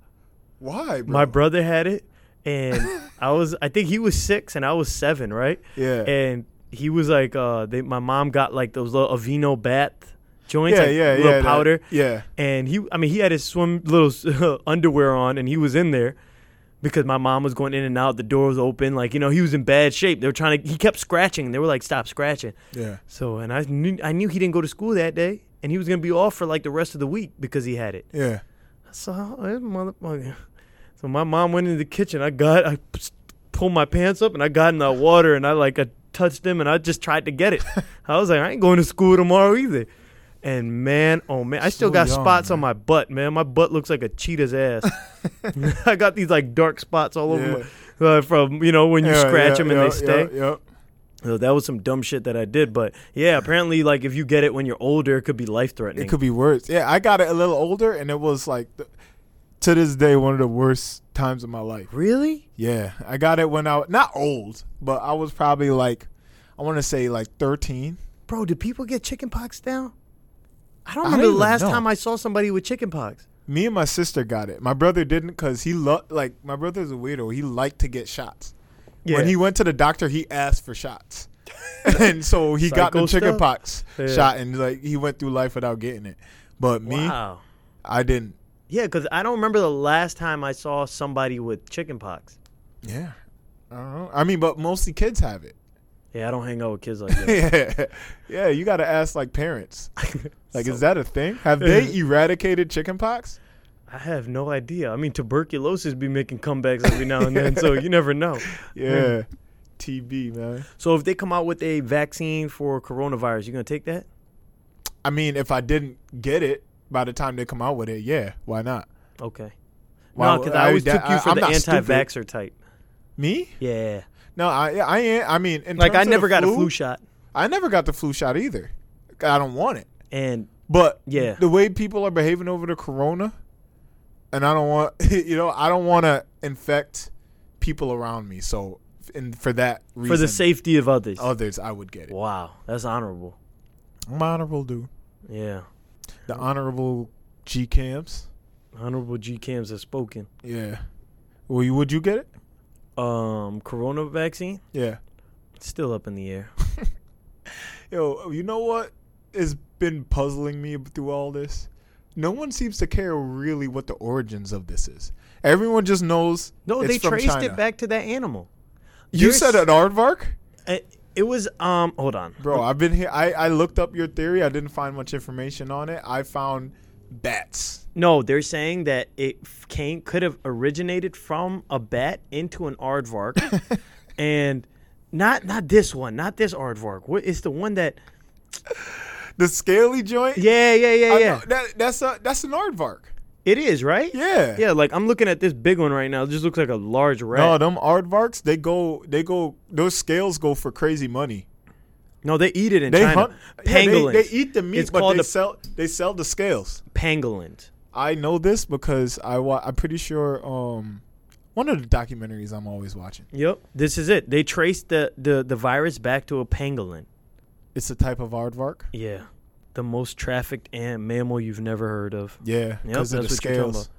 A: Why, bro?
B: my brother had it, and I was. I think he was six, and I was seven, right?
A: Yeah.
B: And he was like, uh, they, my mom got like those little Aveeno bath joints,
A: yeah,
B: like,
A: yeah,
B: little
A: yeah. that-
B: powder.
A: yeah.
B: and he i mean he had his swim little underwear on and he was in there because my mom was going in and out the door was open like you know he was in bad shape they were trying to he kept scratching and they were like stop scratching
A: Yeah.
B: so and i knew i knew he didn't go to school that day and he was going to be off for like the rest of the week because he had it
A: Yeah.
B: so eh, motherfucker so my mom went into the kitchen i got i p- pulled my pants up and i got in the water and i like i touched them and i just tried to get it i was like i ain't going to school tomorrow either and man, oh man, I still
A: So
B: got
A: young,
B: spots on my butt, man. My butt looks like a cheetah's ass. I got these like dark spots all over my, uh, from you know when you
A: Yeah,
B: scratch
A: yeah,
B: them and
A: yeah,
B: they stay.
A: Yeah, yeah.
B: So that was some dumb shit that I did, but yeah, apparently like if you get it when you're older, it could be life threatening.
A: It could be worse. Yeah, I got it a little older, and it was like, th- to this day, one of the worst times of my life.
B: really?
A: Yeah, I got it when I was not old, but I was probably like, I want to say like thirteen.
B: Bro, do people get chicken pox now? I don't
A: I
B: remember
A: don't
B: the
A: even
B: last
A: know.
B: time I saw somebody with chicken pox.
A: Me and my sister got it. My brother didn't because he loved like my brother's a weirdo. He liked to get shots. When he went to the doctor, he asked for shots, and so he got the
B: Psycho stuff?
A: chickenpox
B: Yeah.
A: shot, and like he went through life without getting it. But me,
B: Wow.
A: I didn't.
B: Yeah, because I don't remember the last time I saw somebody with chicken pox.
A: Yeah, I don't know. I mean, but mostly kids have it.
B: Yeah, I don't hang out with kids like that.
A: yeah, yeah. You got to ask like parents. Like,
B: So-
A: is that a thing? Have they eradicated chickenpox?
B: I have no idea. I mean, tuberculosis be making comebacks every now and then, so you never know.
A: Yeah, TB man.
B: So if they come out with a vaccine for coronavirus, you gonna take that?
A: I mean, if I didn't get it by the time they come out with it, yeah, why not?
B: Okay.
A: Why
B: no, because
A: would-
B: I always
A: that-
B: took you
A: I-
B: for
A: I'm
B: the
A: not stupid.
B: anti-vaxxer type.
A: Me?
B: Yeah.
A: No, I I ain't. I mean, in
B: Like
A: terms
B: I
A: of the
B: never got a flu shot,
A: I never got the flu shot either. I don't want it.
B: and
A: But
B: Yeah.
A: the way people are behaving over the corona, and I don't want you know I don't want to infect people around me. So, and for that reason,
B: for the safety of others.
A: others, I would get it.
B: Wow, that's honorable.
A: I'm honorable, dude.
B: Yeah,
A: The honorable G camps.
B: honorable G cams have spoken.
A: Yeah. Well, you, would you get it?
B: Um, corona vaccine
A: Yeah.
B: still up in the air.
A: Yo, you know what has been puzzling me through all this? No one seems to care really what the origins of this is. Everyone just knows.
B: No,
A: it's
B: they
A: from
B: traced
A: China.
B: it back to that animal.
A: You
B: There's-
A: said an aardvark,
B: It, it was um. Hold on.
A: bro. I've been here. I I looked up your theory. I didn't find much information on it. I found bats.
B: No, they're saying that it f- came could have originated from a bat into an aardvark, and not not this one, not this aardvark. What it's the one that?
A: The scaly joint.
B: Yeah, yeah, yeah,
A: I
B: yeah.
A: know- that, that's a that's an aardvark.
B: It is right.
A: Yeah.
B: Yeah, like I'm looking at this big one right now. It just looks like a large rat.
A: No, them aardvarks. They go. They go. Those scales go for crazy money.
B: No, they eat it in
A: They
B: China.
A: hunt. yeah, they-
B: pangolins.
A: they, eat the meat,
B: It's
A: but
B: called
A: they
B: a
A: sell. They sell the scales.
B: pangolins.
A: I know this because I wa- I'm pretty sure um one of the documentaries I'm always watching.
B: Yep. This is it. They traced the, the, the virus back to a pangolin.
A: It's a type of aardvark.
B: Yeah. The most trafficked ant mammal you've never heard of.
A: Yeah,
B: Yep, that's
A: because of
B: what
A: the
B: you're talking
A: scales.
B: about.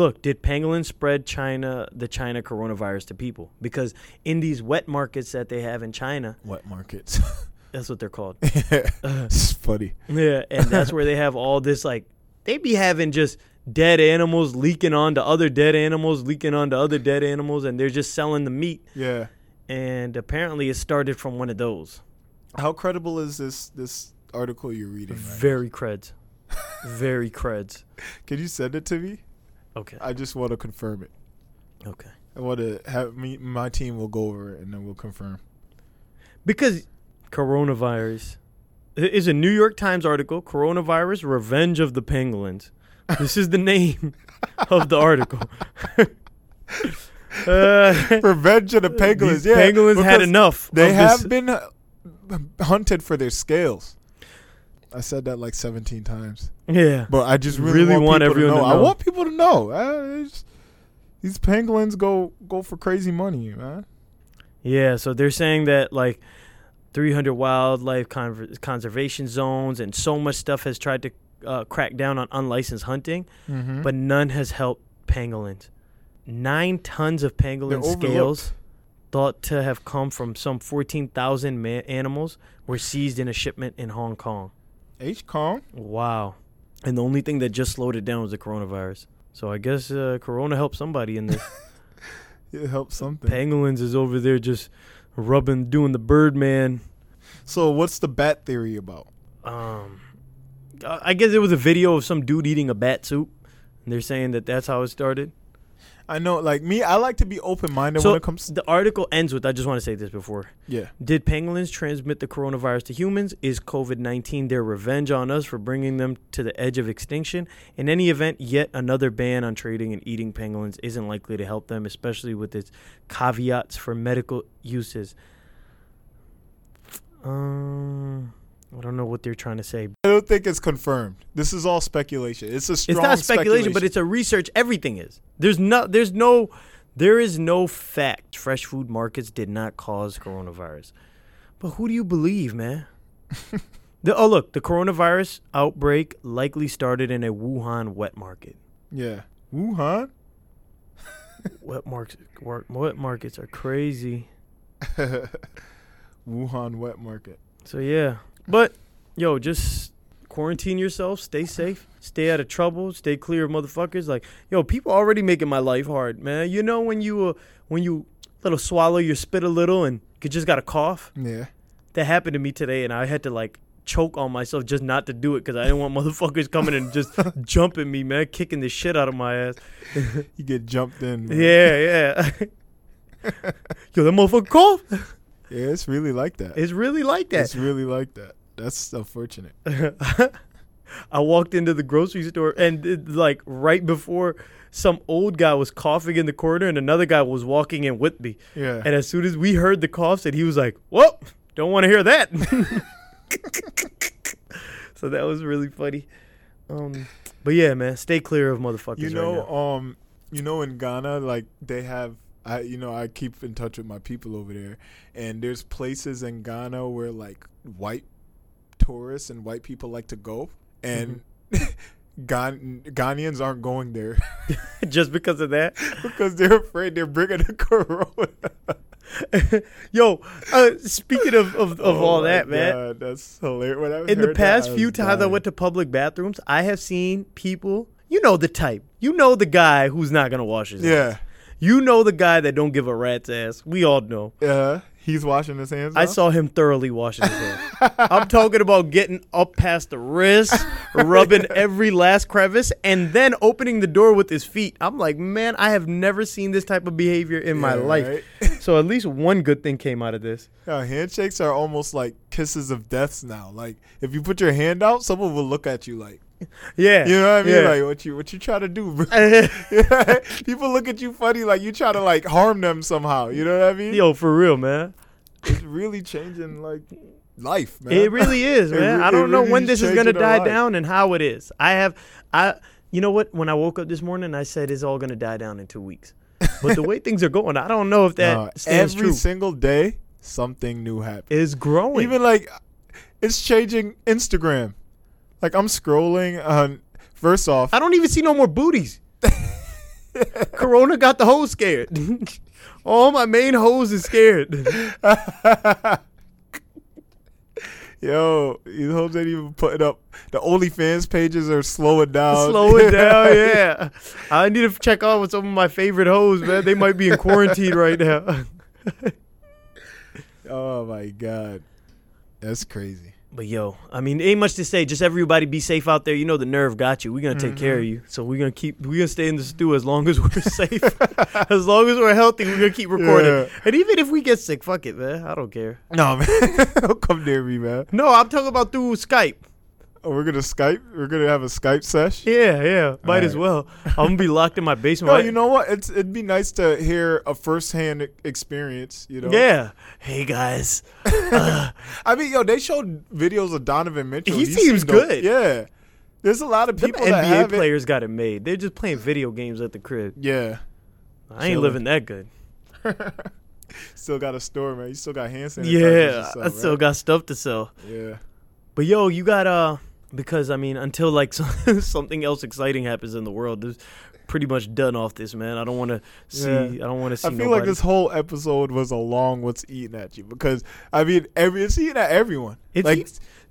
B: Look, did pangolin spread China the China coronavirus to people? Because in these wet markets that they have in China,
A: Wet markets.
B: that's what they're called.
A: it's funny.
B: yeah, and that's where they have all this like they be having just dead animals leaking onto other dead animals, leaking onto other dead animals, and they're just selling the meat.
A: Yeah.
B: And apparently, it started from one of those.
A: How credible is this this article you're reading? Right?
B: Very creds, very creds.
A: Can you send it to me?
B: Okay,
A: I just want to confirm it.
B: okay.
A: I want to have me my team will go over it and then we'll confirm.
B: Because coronavirus it is a New York Times article. Coronavirus: Revenge of the Penguins. This is the name of the article. uh,
A: Revenge of the penguins.
B: these
A: Yeah,
B: Penguins had
A: because
B: enough. of
A: They
B: this-
A: have been uh, hunted for their scales. I said that like 17 times.
B: Yeah.
A: But I just really,
B: Really
A: want,
B: want
A: people
B: everyone
A: to
B: to
A: know. I
B: know.
A: want people to know. Uh, it's- these pangolins go go for crazy money, man.
B: Yeah, so they're saying that like 300 wildlife conver conservation zones and so much stuff has tried to uh, crack down on unlicensed hunting,
A: Mm-hmm.
B: but none has helped pangolins. Nine tons of pangolin
A: overlooked.
B: scales, thought to have come from some 14,000 ma- animals, were seized in a shipment in Hong Kong.
A: H Kong,
B: Wow. And the only thing that just slowed it down was the coronavirus. So I guess uh, Corona helped somebody in this.
A: it helps something.
B: pangolins is over there just rubbing, doing the Birdman.
A: so what's the bat theory about?
B: um I I guess it was a video of some dude eating a bat soup, and they're saying that that's how it started.
A: I know, like me, I like to be open minded
B: so
A: when it comes. To,
B: the article ends with I just want to say this before:
A: yeah,
B: Did pangolins transmit the coronavirus to humans? Is COVID nineteen their revenge on us for bringing them to the edge of extinction? In any event, yet another ban on trading and eating pangolins isn't likely to help them, especially with its caveats for medical uses. Um, I don't know what they're trying to say.
A: I don't think it's confirmed. This is all speculation. It's a strong.
B: it's not speculation, but it's a research. Everything is. There's no. There's no. There is no fact. Fresh food markets did not cause coronavirus. But who do you believe, man? the, oh, look. The coronavirus outbreak likely started in a Wuhan wet market.
A: yeah. Wuhan.
B: Wet markets. Wet markets are crazy.
A: Wuhan wet market.
B: So yeah. But yo, just quarantine yourself, stay safe, stay out of trouble, stay clear of motherfuckers. Like, yo, people already making my life hard, man. You know when you uh, when you little swallow your spit a little and you just got a cough?
A: Yeah.
B: That happened to me today and I had to like choke on myself just not to do it because I didn't want motherfuckers coming and just jumping me, man, kicking the shit out of my ass.
A: You get jumped in. man.
B: Yeah, yeah. yo, that motherfucker cough.
A: Yeah, it's really like that.
B: It's really like that.
A: It's really like that. That's unfortunate.
B: I walked into the grocery store and it, like right before some old guy was coughing in the corner and another guy was walking in with me.
A: Yeah.
B: And as soon as we heard the coughs and he was like, "Whoa, don't want to hear that." so that was really funny. Um but yeah, man, stay clear of motherfuckers
A: You
B: right
A: know,
B: now.
A: um, you know, in Ghana, like they have I you know I keep in touch with my people over there, and there's places in Ghana where like white tourists and white people like to go, and
B: Mm-hmm.
A: Ghan- Ghanaians aren't going there
B: just because of that.
A: because they're afraid they're bringing the corona.
B: Yo, uh, speaking of of, of
A: Oh
B: all
A: my
B: that, man.
A: God, that's hilarious. When I
B: In the
A: heard that, I
B: past
A: was
B: few times I
A: dying.
B: went to public bathrooms, I have seen people. You know the type. You know the guy who's not gonna wash his. hands.
A: yeah,
B: You know the guy that don't give a rat's ass. We all know.
A: yeah, he's washing his hands.
B: I
A: now?
B: saw him thoroughly washing his hands. I'm talking about getting up past the wrist, rubbing every last crevice, and then opening the door with his feet. I'm like, man, I have never seen this type of behavior in my
A: Yeah,
B: life.
A: right?
B: So at least one good thing came out of this.
A: Yeah, handshakes are almost like kisses of deaths now. Like if you put your hand out, someone will look at you like,
B: Yeah.
A: you know what I mean?
B: yeah.
A: Like what you what you try to do, bro? People look at you funny like you try to like harm them somehow. You know what I mean?
B: Yo, for real, man.
A: It's really changing like life, man.
B: It really is,
A: It
B: man.
A: re-
B: I
A: it
B: don't know
A: really
B: when
A: is
B: this is
A: changing
B: gonna
A: our
B: die
A: life.
B: down and how it is. I have, I, you know what? When I woke up this morning, I said it's all gonna die down in two weeks. But the way things are going, I don't know if that
A: No,
B: stands
A: Uh, every
B: true.
A: single day, something new happens.
B: It's growing.
A: Even like it's changing Instagram. Like I'm scrolling on first off,
B: I don't even see no more booties. Corona got the hoes scared. all my main hoes is scared.
A: yo, these hoes ain't even putting up the OnlyFans pages are slowing down.
B: Slow it down, yeah. I need to check on with some of my favorite hoes, man. They might be in quarantine right now.
A: oh my god. That's crazy.
B: But yo, I mean, ain't much to say. Just everybody be safe out there. You know the nerve got you. We're gonna take care of
A: Mm-hmm.
B: you. So we're gonna keep. We're gonna stay in the stew as long as we're safe. as long as we're healthy, we're gonna keep recording.
A: Yeah.
B: And even if we get sick, fuck it, man. I don't care.
A: No man, don't come near me, man.
B: No, I'm talking about through Skype.
A: Oh, we're gonna Skype. We're gonna have a Skype sesh.
B: Yeah, yeah. Might as
A: right.
B: well. I'm gonna be locked in my basement.
A: No,
B: Right-
A: you know what? It's it'd be nice to hear a firsthand e- experience. You know.
B: Yeah. Hey guys.
A: I mean, yo, they showed videos of Donovan Mitchell.
B: He
A: He's
B: seems
A: dope.
B: good.
A: Yeah. There's a lot of
B: Them
A: people that
B: NBA
A: have it.
B: players got it made. They're just playing video games at the crib.
A: Yeah.
B: I ain't
A: Chilling.
B: living that good.
A: Still got a store, man. You still got hand
B: Yeah,
A: sanitizer.
B: I still got stuff to sell.
A: Yeah.
B: But yo, you got uh because I mean until like some, something else exciting happens in the world, there's pretty much done off this, man. I don't want to see.
A: Yeah.
B: I don't want to see.
A: I feel
B: nobody.
A: like this whole episode was a long what's eating at you because I mean every it's eating at everyone.
B: If
A: like
B: you-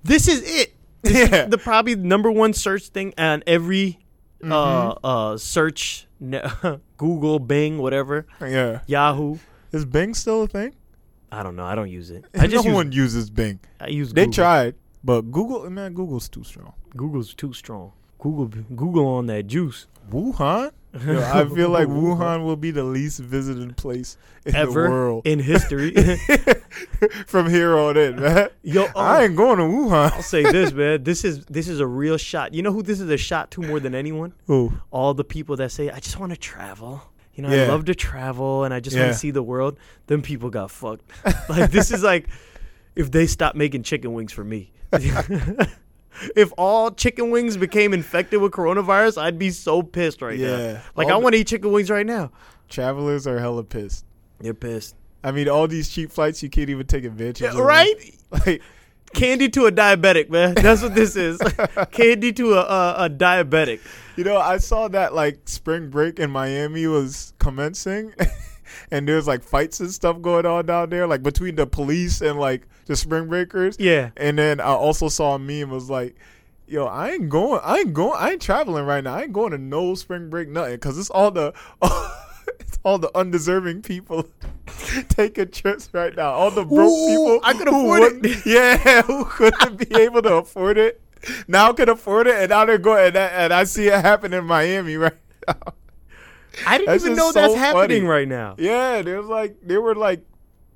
B: this is it.
A: yeah,
B: The probably number one search thing on every uh
A: Mm-hmm.
B: uh search ne- Google, Bing, whatever,
A: yeah.
B: Yahoo.
A: Is Bing still a thing?
B: I don't know. I don't use it. I just
A: no
B: use,
A: one uses Bing.
B: I use
A: They
B: Google.
A: tried, but Google man, Google's too strong.
B: Google's too strong. Google Google on that juice.
A: Wuhan. Yo, I feel like Wuhan will be the least visited place in
B: Ever
A: the world
B: in history.
A: from here on in, man.
B: Yo, oh,
A: I ain't going to Wuhan.
B: I'll say this, man. This is this is a real shot. You know who this is a shot to more than anyone?
A: Ooh.
B: All the people that say, "I just want to travel." You know, I
A: Yeah.
B: love to travel and I just
A: Yeah.
B: want to see the world. Them people got fucked. like this is like if they stopped making chicken wings for me. if all chicken wings became infected with coronavirus, I'd be so pissed right now.
A: Yeah.
B: Like
A: All
B: I
A: the-
B: want to eat chicken wings right now.
A: Travelers are hella pissed.
B: You're pissed.
A: I mean, all these cheap flights you can't even take advantage of.
B: right?
A: Like,
B: Candy to a diabetic, man. That's what this is. Candy to a, a, a diabetic.
A: you know, I saw that like spring break in Miami was commencing, and there's like fights and stuff going on down there, like between the police and like the spring breakers.
B: Yeah.
A: And then I also saw a meme was like, "Yo, I ain't going. I ain't going. I ain't traveling right now. I ain't going to no spring break nothing because it's all the." It's all the undeserving people taking trips right now. All the broke
B: Ooh,
A: people
B: I can
A: who
B: afford it.
A: wouldn't- Yeah, who couldn't be able to afford it now can afford it, and now they're going. And I, and I see it happen in Miami right now.
B: I didn't
A: That's
B: even know
A: just
B: that's
A: so funny.
B: happening right now.
A: Yeah, there's like there were like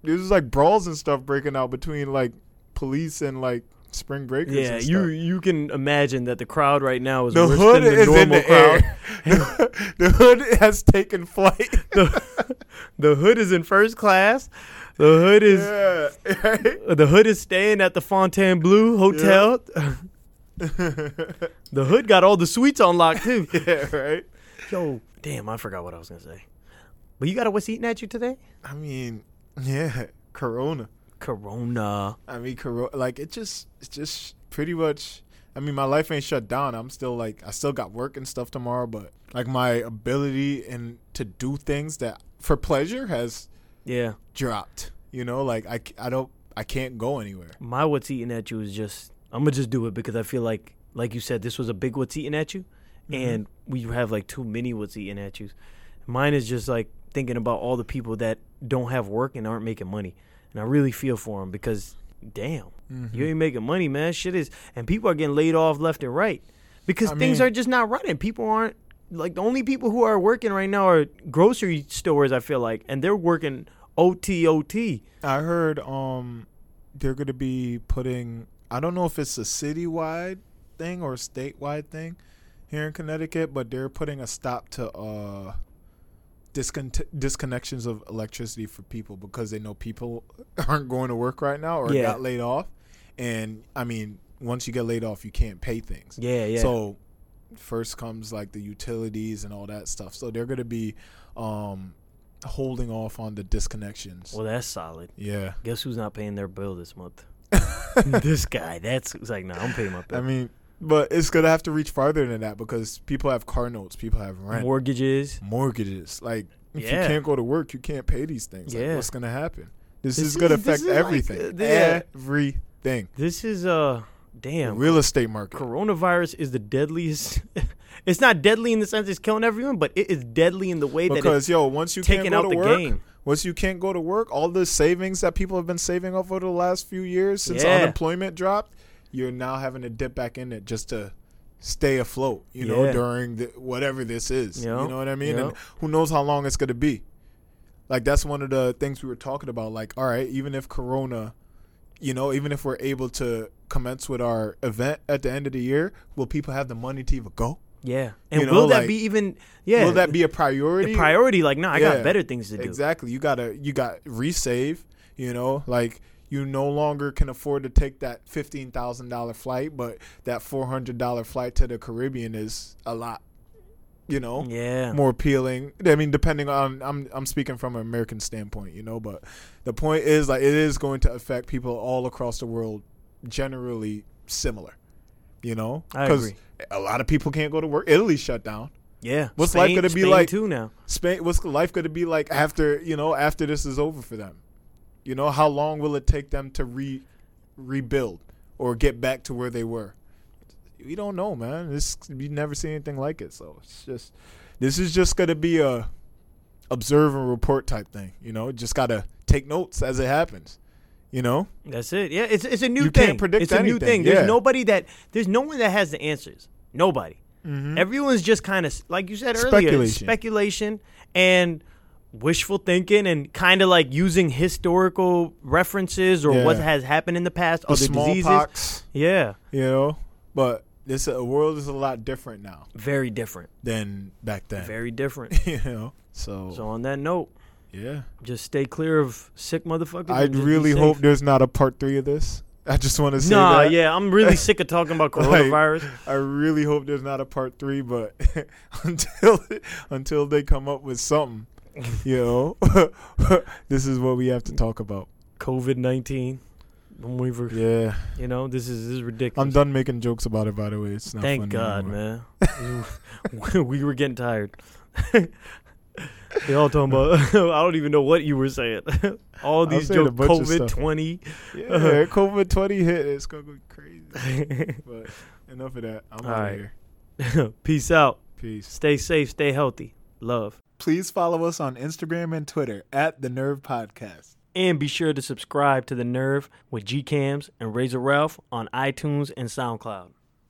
A: there was like brawls and stuff breaking out between like police and like spring breakers.
B: Yeah,
A: and
B: you
A: stuff.
B: you can imagine that the crowd right now is
A: The
B: worse
A: hood
B: than the
A: is
B: normal
A: in the
B: crowd.
A: air. The, the hood has taken flight.
B: The, the hood is in first class. The hood is
A: yeah.
B: the hood is staying at the Fontainebleau Hotel. the hood got all the suites on lock too.
A: yeah, right.
B: Yo, damn, I forgot what I was gonna say. But you got a what's eating at you today?
A: I mean, yeah, Corona.
B: Corona.
A: I mean, Corona. Like it just, it's just pretty much. I mean, my life ain't shut down. I'm still like, I still got work and stuff tomorrow, but like my ability and to do things that for pleasure has
B: Yeah.
A: dropped. You know, like I, c- I don't, I can't go anywhere.
B: My what's eating at you is just I'm gonna just do it because I feel like like you said, this was a big what's eating at you and we have like too many what's eating at yous. Mine is just like thinking about all the people that don't have work and aren't making money. And I really feel for them because damn, you ain't making money, man. Shit is and people are getting laid off left and right because
A: I
B: things
A: mean-
B: are just not running. People aren't like the only people who are working right now are grocery stores, I feel like, and they're working OT OT.
A: I heard um they're gonna be putting I don't know if it's a citywide thing or a statewide thing here in Connecticut, but they're putting a stop to uh discon- disconnections of electricity for people because they know people aren't going to work right now or
B: Yeah.
A: got laid off. And I mean, once you get laid off, you can't pay things.
B: Yeah, yeah.
A: So first comes like the utilities and all that stuff. So they're gonna be um holding off on the disconnections.
B: well, that's solid.
A: yeah.
B: Guess who's not paying their bill this month? this guy. That's it's like, nah, I'm paying my bill.
A: I mean, but it's gonna have to reach farther than that because people have car notes, people have rent,
B: Mortgages.
A: mortgages. Like, if
B: Yeah.
A: you can't go to work, you can't pay these things.
B: Yeah.
A: Like, what's gonna happen? This,
B: This
A: is gonna
B: is-
A: affect
B: this is like uh,
A: everything.
B: the- the-
A: everything.
B: This is uh
A: The
B: damn.
A: real estate market.
B: Coronavirus is the deadliest. it's not deadly in the sense it's killing everyone, but it is deadly in the way that it's
A: Because yo, once you can't
B: taking
A: go
B: out
A: to
B: the
A: work,
B: game.
A: once you can't go to work, all the savings that people have been saving up over the last few years since
B: Yeah.
A: unemployment dropped, you're now having to dip back in it just to stay afloat. You know,
B: Yeah.
A: during the, whatever this is.
B: Yup,
A: You know what I mean?
B: yup.
A: And who knows how long it's gonna be? Like that's one of the things we were talking about. Like, all right, even if Corona, you know, even if we're able to commence with our event at the end of the year, will people have the money to even go?
B: Yeah, and
A: know,
B: will that
A: like,
B: be even? Yeah,
A: will that be a
B: the priority? Like, nah, I
A: Yeah.
B: got better things to do.
A: Exactly. You gotta you got resave. You know, like you no longer can afford to take that fifteen thousand dollar flight, but that four hundred dollar flight to the Caribbean is a lot. You know,
B: Yeah,
A: more appealing. I mean, depending on I'm I'm speaking from an American standpoint, you know, but the point is like it is going to affect people all across the world generally similar. You know,
B: I
A: 'Cause
B: agree.
A: a lot of people can't go to work. Italy shut down.
B: yeah.
A: What's life
B: Spain-
A: gonna be
B: Spain
A: like-
B: too now?
A: Spain, what's life going to be like after you know after this is over for them? You know, how long will it take them to re rebuild or get back to where they were? We don't know, man. This you never seen anything like it, so it's just this is just going to be a observe and report type thing. You know, just got to take notes as it happens. You know,
B: That's it. Yeah, it's it's a new
A: You
B: thing.
A: can't predict
B: it's a new
A: anything,
B: thing. There's
A: yeah.
B: nobody that there's no one that has the answers. Nobody. Everyone's just kind of like you said earlier,
A: Mm-hmm. Speculation.
B: speculation and wishful thinking, and kind of like using historical references or what
A: Yeah.
B: has happened in the past,
A: the
B: other diseases.
A: smallpox.
B: Yeah,
A: You know, but this the world is a lot different now
B: very different.
A: than back then.
B: Very different.
A: you know, so,
B: so on that note,
A: yeah.
B: just stay clear of sick motherfuckers. and
A: I'd
B: just be
A: really
B: safe.
A: hope there's not a part three of this. I just want to say
B: Nah,
A: that.
B: yeah, I'm really sick of talking about
A: Like,
B: coronavirus.
A: I really hope there's not a part three, but until until they come up with something, you know, this is what we have to talk about.
B: COVID nineteen. I'm waiver.
A: Yeah,
B: You know, this is this is ridiculous.
A: I'm done making jokes about it. By the way, it's not.
B: Thank
A: funny
B: God,
A: anymore.
B: man. we were getting tired. they all talking about. I don't even know what you were saying. all
A: was
B: these
A: saying a
B: jokes.
A: bunch of
B: COVID
A: stuff.
B: twenty.
A: Yeah, COVID twenty hit. It's gonna go crazy. But enough of that. I'm
B: All
A: out
B: right.
A: here.
B: Peace out.
A: Peace.
B: Stay safe. Stay healthy. Love.
A: Please follow us on Instagram and Twitter at the Nerve Podcast.
B: And be sure to subscribe to The Nerve with G Cams and Razor Ralph on iTunes and SoundCloud.